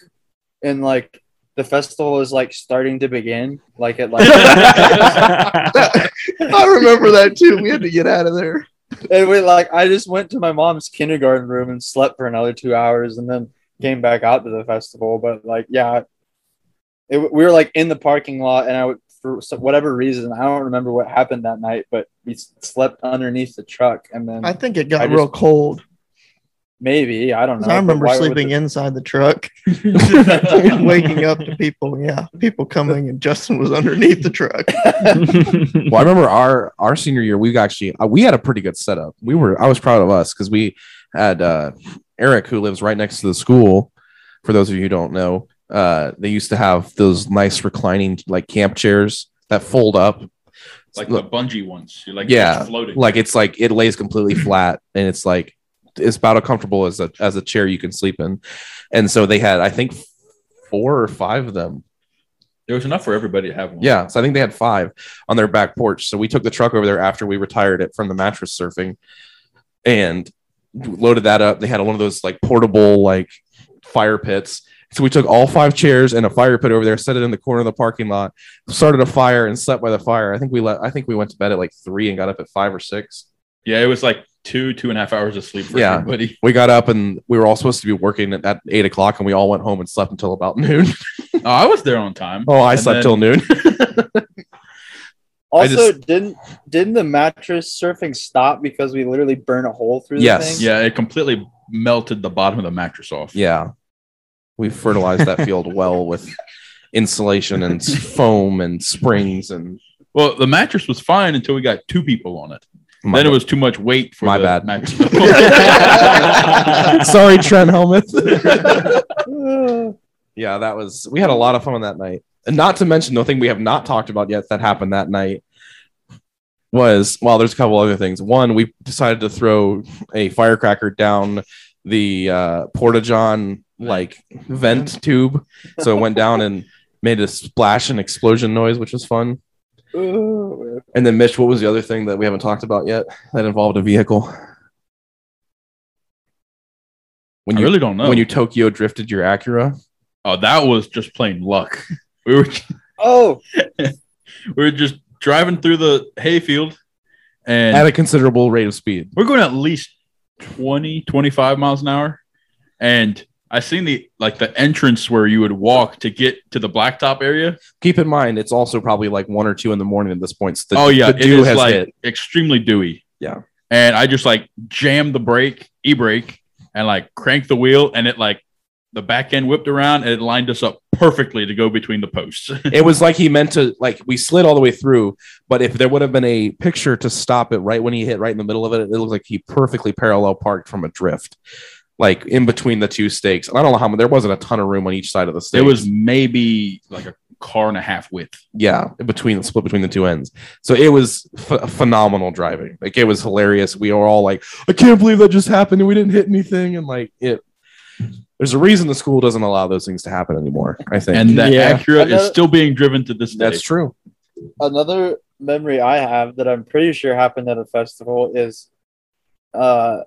Speaker 6: and like the festival is like starting to begin like at like
Speaker 1: (laughs)
Speaker 4: I remember that too. We had to get out of there.
Speaker 6: and we like I just went to my mom's kindergarten room and slept for another two hours and then came back out to the festival. But like yeah, it, we were like in the parking lot and I would for so- whatever reason, I don't remember what happened that night, but we s- slept underneath the truck, and then
Speaker 4: I think it got
Speaker 6: I just-
Speaker 4: real cold.
Speaker 6: maybe I don't know.
Speaker 4: I
Speaker 6: but
Speaker 4: remember
Speaker 6: why would
Speaker 4: sleeping
Speaker 6: the-
Speaker 4: inside the truck,
Speaker 6: (laughs)
Speaker 4: (laughs) waking up to people. Yeah, people coming, and Justin was underneath the truck.
Speaker 1: Well, I remember our our senior year, we actually uh, we had a pretty good setup. We were I was proud of us because we had uh, Eric who lives right next to the school. For those of you who don't know, uh, they used to have those nice reclining like camp chairs that fold up,
Speaker 3: like
Speaker 1: Look,
Speaker 3: the bungee ones. You're like
Speaker 1: Yeah,
Speaker 3: just floating.
Speaker 1: like it's like it lays completely flat and it's like it's about as comfortable as a as a chair you can sleep in. And so they had I think four or five of them
Speaker 3: there was enough for everybody to have one.
Speaker 1: Yeah, so I think they had five on their back porch. So we took the truck over there after we retired it from the mattress surfing, and loaded that up. They had one of those like portable like fire pits. So we took all five chairs and a fire pit over there, set it in the corner of the parking lot, started a fire, and slept by the fire. I think we let. I think we went to bed at like three and got up at five or six.
Speaker 3: yeah. It was like two, two and a half hours of sleep for
Speaker 1: Yeah.
Speaker 3: everybody. (laughs)
Speaker 1: We got up and we were all supposed to be working at, at eight o'clock, and we all went home and slept until about (laughs) noon.
Speaker 3: Oh, I was there on time.
Speaker 1: oh, I
Speaker 3: And
Speaker 1: slept
Speaker 3: then-
Speaker 1: till noon. I
Speaker 6: Also, didn't didn't the mattress surfing stop because we literally burn a hole through?
Speaker 1: Yes.
Speaker 6: The thing?
Speaker 3: Yeah, it completely melted the bottom of the mattress off.
Speaker 1: Yeah. We fertilized that field well with insulation and s- foam and springs and
Speaker 3: Well, the mattress was fine until we got two people on it. then it was too much weight for
Speaker 1: My
Speaker 3: the
Speaker 1: bad. (laughs)
Speaker 3: (laughs) mattress.
Speaker 1: sorry, Trent Helmuth.
Speaker 6: Yeah.
Speaker 1: yeah, that was we had a lot of fun that night. And not to mention the thing we have not talked about yet that happened that night was well, there's a couple other things. One, we decided to throw a firecracker down the uh porta john like vent tube. So it went down and made a splash and explosion noise, which was fun. And then Mitch, what was the other thing that we haven't talked about yet that involved a vehicle? When
Speaker 3: I
Speaker 1: you
Speaker 3: really don't know.
Speaker 1: when you Tokyo drifted your Acura,
Speaker 3: oh, that was just plain luck. We were
Speaker 6: oh,
Speaker 3: we were just driving through the hayfield, and
Speaker 1: at a considerable rate of speed.
Speaker 3: we're going at least 20 25 miles an hour and i seen the like the entrance where you would walk to get to the blacktop area
Speaker 1: Keep in mind, it's also probably like one or two in the morning at this point. So the-
Speaker 3: oh yeah
Speaker 1: the
Speaker 3: it
Speaker 1: dew
Speaker 3: is
Speaker 1: has
Speaker 3: like
Speaker 1: hit.
Speaker 3: extremely dewy
Speaker 1: Yeah.
Speaker 3: and i just like jammed the brake e-brake and like cranked the wheel and it like the back end whipped around and it lined us up perfectly to go between the posts (laughs)
Speaker 1: It was like he meant to like we slid all the way through, but if there would have been a picture to stop it right when he hit right in the middle of it, it looked like he perfectly parallel parked from a drift, like in between the two stakes. And I don't know how much there wasn't a ton of room on each side of the stakes.
Speaker 3: it was maybe like a car and a half width
Speaker 1: yeah between split between the two ends so it was ph- phenomenal driving like it was hilarious we were all like i can't believe that just happened and we didn't hit anything and like it there's a reason the school doesn't allow those things to happen anymore i think
Speaker 3: and that
Speaker 2: Yeah.
Speaker 3: acura is
Speaker 6: Another-
Speaker 3: still being driven to this day
Speaker 1: that's true
Speaker 6: another memory I have that I'm pretty sure happened at a festival is, uh,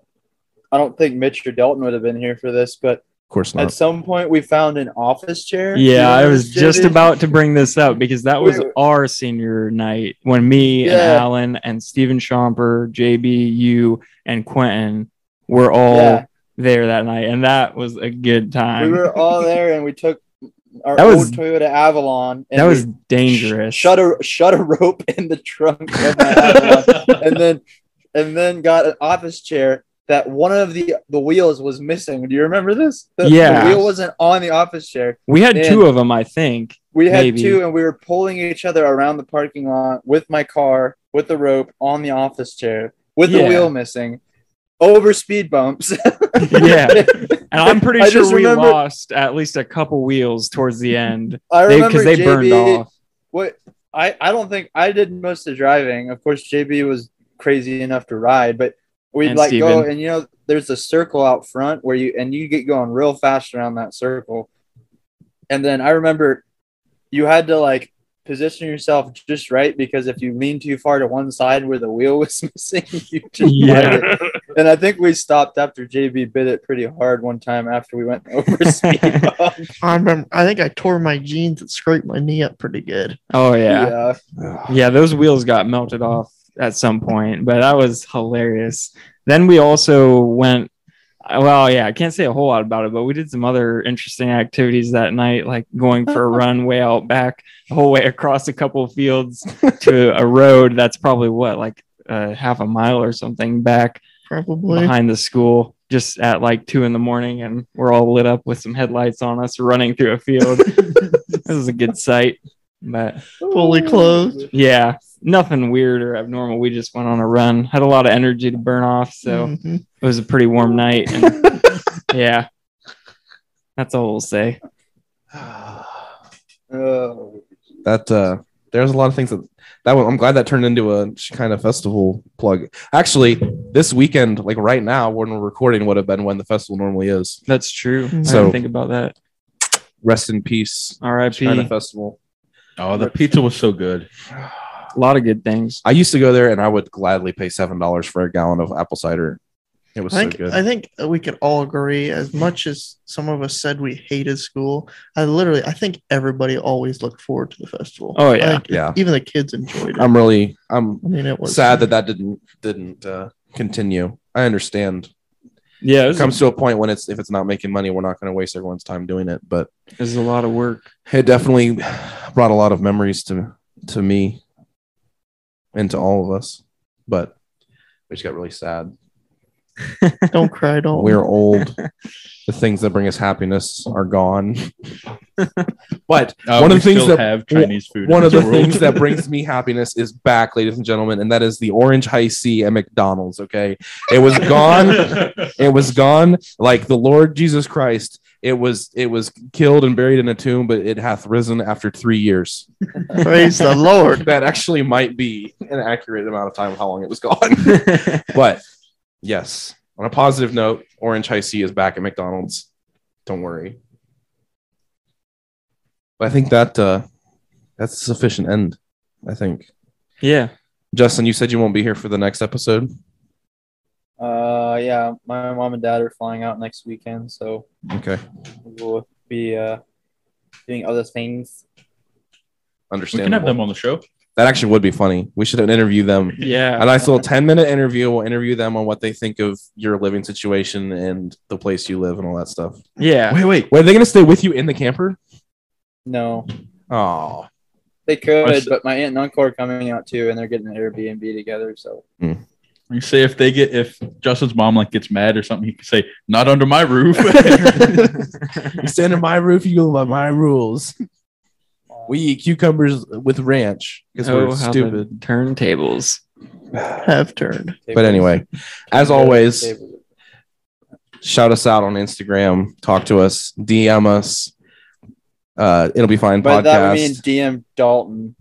Speaker 6: I don't think Mitch or Dalton would have been here for this, but
Speaker 1: of course
Speaker 6: at
Speaker 1: not
Speaker 6: some point we found an office chair.
Speaker 2: yeah,
Speaker 6: You
Speaker 2: I
Speaker 6: know,
Speaker 2: was just
Speaker 6: JD?
Speaker 2: about to bring this up because that was
Speaker 6: Wait.
Speaker 2: our senior night when me and
Speaker 6: Yeah.
Speaker 2: Alan and Steven Schomper, JB, you, and Quentin were all
Speaker 6: Yeah.
Speaker 2: there that night, and that was a good time.
Speaker 6: We
Speaker 2: (laughs)
Speaker 6: were all there, and we took our
Speaker 2: That
Speaker 6: old
Speaker 2: was-
Speaker 6: Toyota Avalon. And
Speaker 2: that was
Speaker 6: we
Speaker 2: dangerous.
Speaker 6: sh- shut a shut a rope in the trunk
Speaker 2: (laughs)
Speaker 6: of my Avalon, and then and then got an office chair that one of the the wheels was missing. Do you remember this? The,
Speaker 2: Yeah.
Speaker 6: the wheel wasn't on the office chair.
Speaker 2: we had
Speaker 6: Man.
Speaker 2: two of them, I think.
Speaker 6: We had
Speaker 2: Maybe.
Speaker 6: two, and we were pulling each other around the parking lot with my car, with the rope on the office chair, with
Speaker 2: Yeah.
Speaker 6: the wheel missing, over speed bumps. (laughs)
Speaker 2: Yeah, and I'm pretty
Speaker 6: I
Speaker 2: sure
Speaker 6: just
Speaker 2: we
Speaker 6: remember-
Speaker 2: lost at least a couple wheels towards the end
Speaker 6: I remember
Speaker 2: because they,
Speaker 6: JB,
Speaker 2: burned off.
Speaker 6: What I, I don't think I did most of the driving. Of course, JB was crazy enough to ride, but we'd
Speaker 2: And
Speaker 6: like go
Speaker 2: Steven.
Speaker 6: and you know there's a circle out front where you and you get going real fast around that circle. And then I remember you had to like position yourself just right because if you lean too far to one side where the wheel (laughs) was missing, you just
Speaker 2: Yeah.
Speaker 6: yeah. And I think we stopped after JB bit it pretty hard one time after we went (laughs) over speed bump.
Speaker 4: (laughs) I remember. I think I tore my jeans and scraped my knee up pretty good.
Speaker 2: Oh yeah.
Speaker 1: Ugh.
Speaker 2: Yeah, those wheels got melted off at some point, but that was hilarious. Then we also went I- well, yeah, I can't say a whole lot about it, but we did some other interesting activities that night, like going for a run way out back, the whole way across a couple of fields to a road that's probably what, like uh, half a mile or something back
Speaker 4: Probably.
Speaker 2: behind the school just at like two in the morning and we're all lit up with some headlights on us running through a field. this is a good sight. But
Speaker 4: Fully clothed.
Speaker 2: yeah, nothing weird or abnormal. We just went on a run, had a lot of energy to burn off. So
Speaker 4: Mhm.
Speaker 2: it was a pretty warm night. And yeah. That's all we'll say.
Speaker 6: Oh,
Speaker 1: that uh there's a lot of things that that one i'm glad that turned into a sh- kind of festival plug actually this weekend like right now when we're recording would have been when the festival normally is
Speaker 2: That's true. I
Speaker 1: So-
Speaker 2: didn't think about that.
Speaker 1: rest in peace
Speaker 2: R.I.P.
Speaker 1: china
Speaker 2: A
Speaker 1: festival
Speaker 3: Oh, the pizza was so good.
Speaker 2: lot of good things.
Speaker 1: i used to go there and i would gladly pay seven dollars for a gallon of apple cider it was
Speaker 4: I think
Speaker 1: so good
Speaker 4: I think we could all agree. As much as some of us said we hated school, I literally I think everybody always looked forward to the festival.
Speaker 2: Oh, yeah.
Speaker 4: Like,
Speaker 1: Yeah.
Speaker 4: Even the kids enjoyed it.
Speaker 1: i'm really i'm
Speaker 4: I mean, it was
Speaker 1: sad that that didn't didn't uh continue i understand
Speaker 2: Yeah, it
Speaker 1: it
Speaker 2: was,
Speaker 1: comes to a point when it's if it's not making money we're not going to waste everyone's time doing it but
Speaker 2: it was a lot of work.
Speaker 1: it definitely brought a lot of memories to to me and to all of us but we just got really sad
Speaker 4: (laughs) Don't cry, don't.
Speaker 1: we're
Speaker 4: (laughs)
Speaker 1: old the things that bring us happiness are gone but
Speaker 3: Uh,
Speaker 1: One of
Speaker 3: we
Speaker 1: the things
Speaker 3: still
Speaker 1: that-
Speaker 3: have Chinese food. in
Speaker 1: one of
Speaker 3: this
Speaker 1: the
Speaker 3: world.
Speaker 1: things that
Speaker 3: (laughs)
Speaker 1: brings me happiness is back ladies and gentlemen and that is the orange high c at mcdonald's okay it was gone
Speaker 3: (laughs)
Speaker 1: it was gone like the lord jesus christ it was it was killed and buried in a tomb but it hath risen after three years
Speaker 4: Praise the
Speaker 1: (laughs)
Speaker 4: Lord.
Speaker 1: that actually might be an accurate amount of time of how long it was gone. but yes, on a positive note, Orange High C is back at McDonald's. Don't worry. But I think that uh, that's a sufficient end. I think
Speaker 2: Yeah.
Speaker 1: Justin, you said you won't be here for the next episode.
Speaker 6: uh, yeah. My mom and dad are flying out next weekend, so
Speaker 1: Okay,
Speaker 6: we'll be uh, doing other things.
Speaker 3: we can have
Speaker 1: understandable.
Speaker 3: them on the show.
Speaker 1: That actually would be funny. We should interview them.
Speaker 2: Yeah.
Speaker 1: A nice little ten minute interview. We'll interview them on what they think of your living situation and the place you live and all that stuff.
Speaker 2: Yeah.
Speaker 3: Wait, wait.
Speaker 1: Wait, are they going to stay with you in the camper?
Speaker 6: No,
Speaker 1: Oh,
Speaker 6: they
Speaker 3: I
Speaker 6: could,
Speaker 3: s-
Speaker 6: but my aunt and uncle are coming out too, and they're getting an Airbnb together. So
Speaker 3: You say if they get if Justin's mom like gets mad or something, he can say, "Not under
Speaker 1: (laughs)
Speaker 3: my roof."
Speaker 1: you stand in my roof, you go by my rules.
Speaker 6: uh,
Speaker 1: We eat cucumbers with ranch because we're
Speaker 2: Oh, how the
Speaker 1: stupid.
Speaker 2: Turntables.
Speaker 4: Have
Speaker 1: (laughs)
Speaker 4: turned.
Speaker 1: But anyway, as always, shout us out on Instagram, talk to us, DM us. Uh, it'll be fine
Speaker 6: but that would mean
Speaker 1: podcast.
Speaker 6: DM Dalton.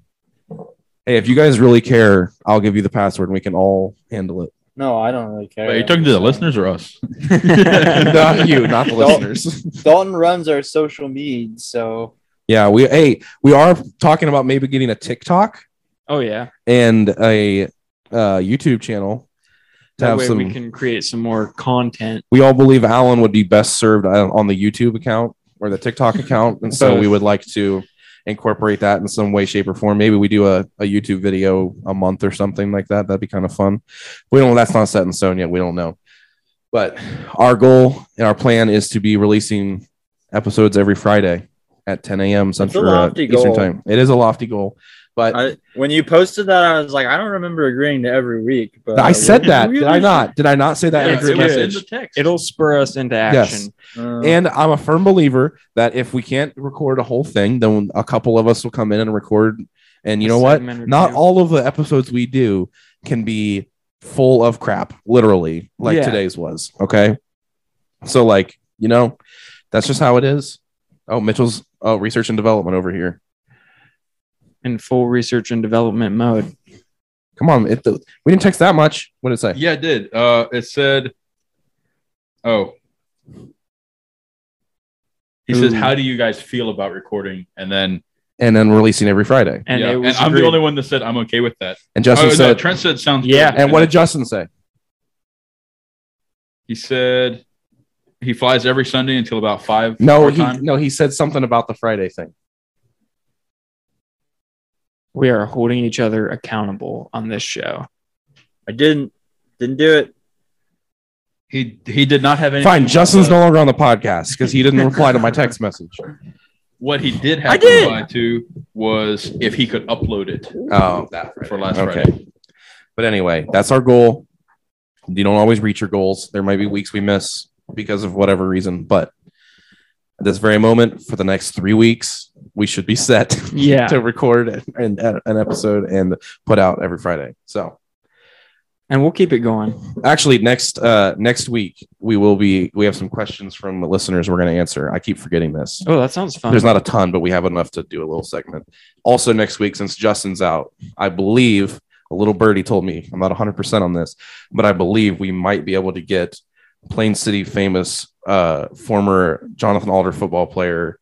Speaker 1: hey, if you guys really care, I'll give you the password and we can all handle it.
Speaker 6: No, I don't really care.
Speaker 3: Wait, are you talking to the listeners or us?
Speaker 1: (laughs) not you, not the
Speaker 6: Don't-
Speaker 1: listeners.
Speaker 6: Dalton runs our social media, so
Speaker 1: (laughs) yeah, we hey, we are talking about maybe getting a TikTok
Speaker 2: oh yeah.
Speaker 1: and a uh, YouTube channel. To
Speaker 2: That
Speaker 1: have
Speaker 2: way
Speaker 1: some,
Speaker 2: we can create some more content.
Speaker 1: we all believe Alan would be best served on on the YouTube account or the TikTok account, and so
Speaker 2: Both.
Speaker 1: we would like to incorporate that in some way, shape, or form. Maybe we do a, a YouTube video a month or something like that. That'd be kind of fun. We don't. That's not set in stone yet. We don't know, but our goal and our plan is to be releasing episodes every Friday at 10 a.m. Central uh,
Speaker 5: lofty
Speaker 1: Eastern
Speaker 5: goal.
Speaker 1: Time. It is a lofty goal, but. I-
Speaker 5: I, when you posted that, I was like, I don't remember agreeing to every week, but
Speaker 6: uh, (laughs)
Speaker 1: said that. Did I not? Did I not say that in
Speaker 2: Yeah,
Speaker 1: a group
Speaker 2: it was-
Speaker 1: message?
Speaker 2: It'll spur us into action.
Speaker 6: Uh-huh.
Speaker 5: Uh,
Speaker 1: And I'm a firm believer that if we can't record a whole thing, then a couple of us will come in and record. And you know what? Not all of the episodes we do can be full of crap, literally, like
Speaker 2: Yeah.
Speaker 1: today's was. Okay. So, like, you know, that's just how it is. Oh, Mitchell's oh, research and development over here.
Speaker 2: in full research and development mode.
Speaker 1: Come on. It, the, we didn't text that much. What did it say?
Speaker 3: (laughs) Yeah, it did. Uh, it said, "Oh." He says,
Speaker 2: Ooh.
Speaker 3: "How do you guys feel about recording?" And then,
Speaker 1: And then releasing every Friday.
Speaker 2: And
Speaker 3: yeah,
Speaker 2: it was
Speaker 3: and I'm the
Speaker 2: great.
Speaker 3: only one that said I'm okay with that.
Speaker 1: And Justin
Speaker 3: oh, no,
Speaker 1: said,
Speaker 3: Trent said sounds
Speaker 2: Yeah.
Speaker 3: good.
Speaker 1: and what did Justin say?
Speaker 3: he said? He flies every Sunday until about five.
Speaker 1: No,
Speaker 3: our
Speaker 1: he,
Speaker 3: time.
Speaker 1: no, he said something about the Friday thing.
Speaker 2: we are holding each other accountable on this show.
Speaker 5: I didn't didn't do it.
Speaker 3: He he did not have any.
Speaker 1: Fine, Justin's no longer on the podcast because he didn't reply to my text
Speaker 3: (laughs)
Speaker 1: message.
Speaker 3: What he did have
Speaker 5: I
Speaker 3: to
Speaker 5: did.
Speaker 3: reply to was if he could upload it
Speaker 1: Oh, that
Speaker 3: for last
Speaker 1: okay.
Speaker 3: Friday.
Speaker 1: But anyway, that's our goal. You don't always reach your goals. There might be weeks we miss because of whatever reason, but at this very moment, for the next three weeks, we should be set (laughs)
Speaker 2: Yeah.
Speaker 1: to record an, an, an episode and put out every Friday. So
Speaker 2: and we'll keep it going.
Speaker 1: actually, next uh, next week we will be we have some questions from the listeners we're going to answer. I keep forgetting this.
Speaker 2: Oh, that sounds fun.
Speaker 1: There's not a ton, but we have enough to do a little segment. Also, next week, since Justin's out, I believe a little birdie told me I'm not 100% on this, but I believe we might be able to get Plain City famous uh, former Jonathan Alder football player,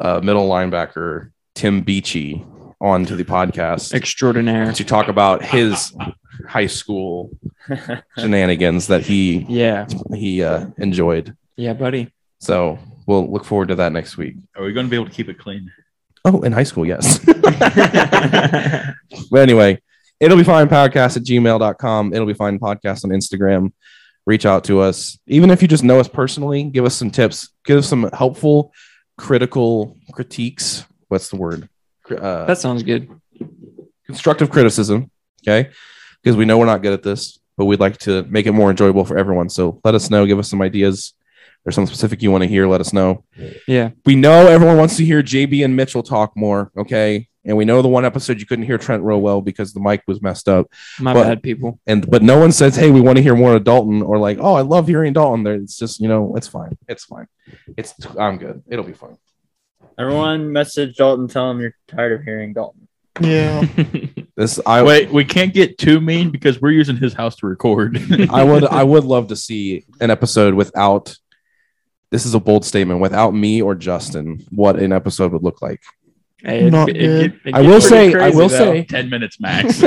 Speaker 1: uh, middle linebacker Tim Beachy onto the podcast
Speaker 2: extraordinaire.
Speaker 1: to talk about his high school
Speaker 6: (laughs)
Speaker 1: shenanigans that he
Speaker 2: Yeah.
Speaker 1: he uh, enjoyed. (laughs)
Speaker 2: Yeah, buddy.
Speaker 1: So we'll look forward to that next week.
Speaker 3: Are we going to be able to keep it clean?
Speaker 1: Oh, in high school, yes. but anyway, it'll be fine podcast at gmail.com. It'll be fine podcast on Instagram. Reach out to us. Even if you just know us personally, give us some tips, give us some helpful, critical critiques. What's the word? Cri- Uh,
Speaker 2: That sounds good.
Speaker 1: constructive criticism. Okay. Because we know we're not good at this, but we'd like to make it more enjoyable for everyone. So let us know. Give us some ideas. If there's something specific you want to hear, let us know.
Speaker 2: Yeah.
Speaker 1: We know everyone wants to hear JB and Mitchell talk more. Okay. And we know the one episode you couldn't hear Trent real well because the mic was messed up.
Speaker 2: My
Speaker 1: But-
Speaker 2: bad, people.
Speaker 1: And but no one says, Hey, we want to hear more of Dalton or like, oh, I love hearing Dalton. There, it's just, you know, it's fine. It's fine. It's I'm good. It'll be fun.
Speaker 5: Everyone message Dalton, tell him you're tired of hearing Dalton.
Speaker 4: Yeah.
Speaker 1: This I
Speaker 3: Wait, we can't get too mean because we're using his house to record.
Speaker 1: (laughs)
Speaker 3: (laughs)
Speaker 1: I would I would love to see an episode without this is a bold statement without me or Justin what an episode would look like.
Speaker 2: Hey,
Speaker 4: Not
Speaker 2: it
Speaker 1: I
Speaker 2: gets
Speaker 1: will
Speaker 2: pretty
Speaker 1: say I
Speaker 2: crazy,
Speaker 1: will
Speaker 2: though.
Speaker 1: say
Speaker 3: Ten minutes max.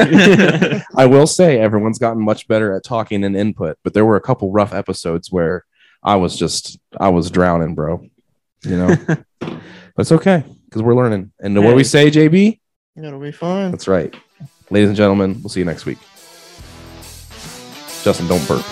Speaker 1: I will say everyone's gotten much better at talking and input, but there were a couple rough episodes where I was just I was drowning, bro. You
Speaker 2: (laughs)
Speaker 1: know. but it's okay cuz we're learning. And what do we say,
Speaker 2: Hey.
Speaker 1: JB?
Speaker 4: It'll be fine.
Speaker 1: That's right. Ladies and gentlemen, we'll see you next week. Justin, don't burp.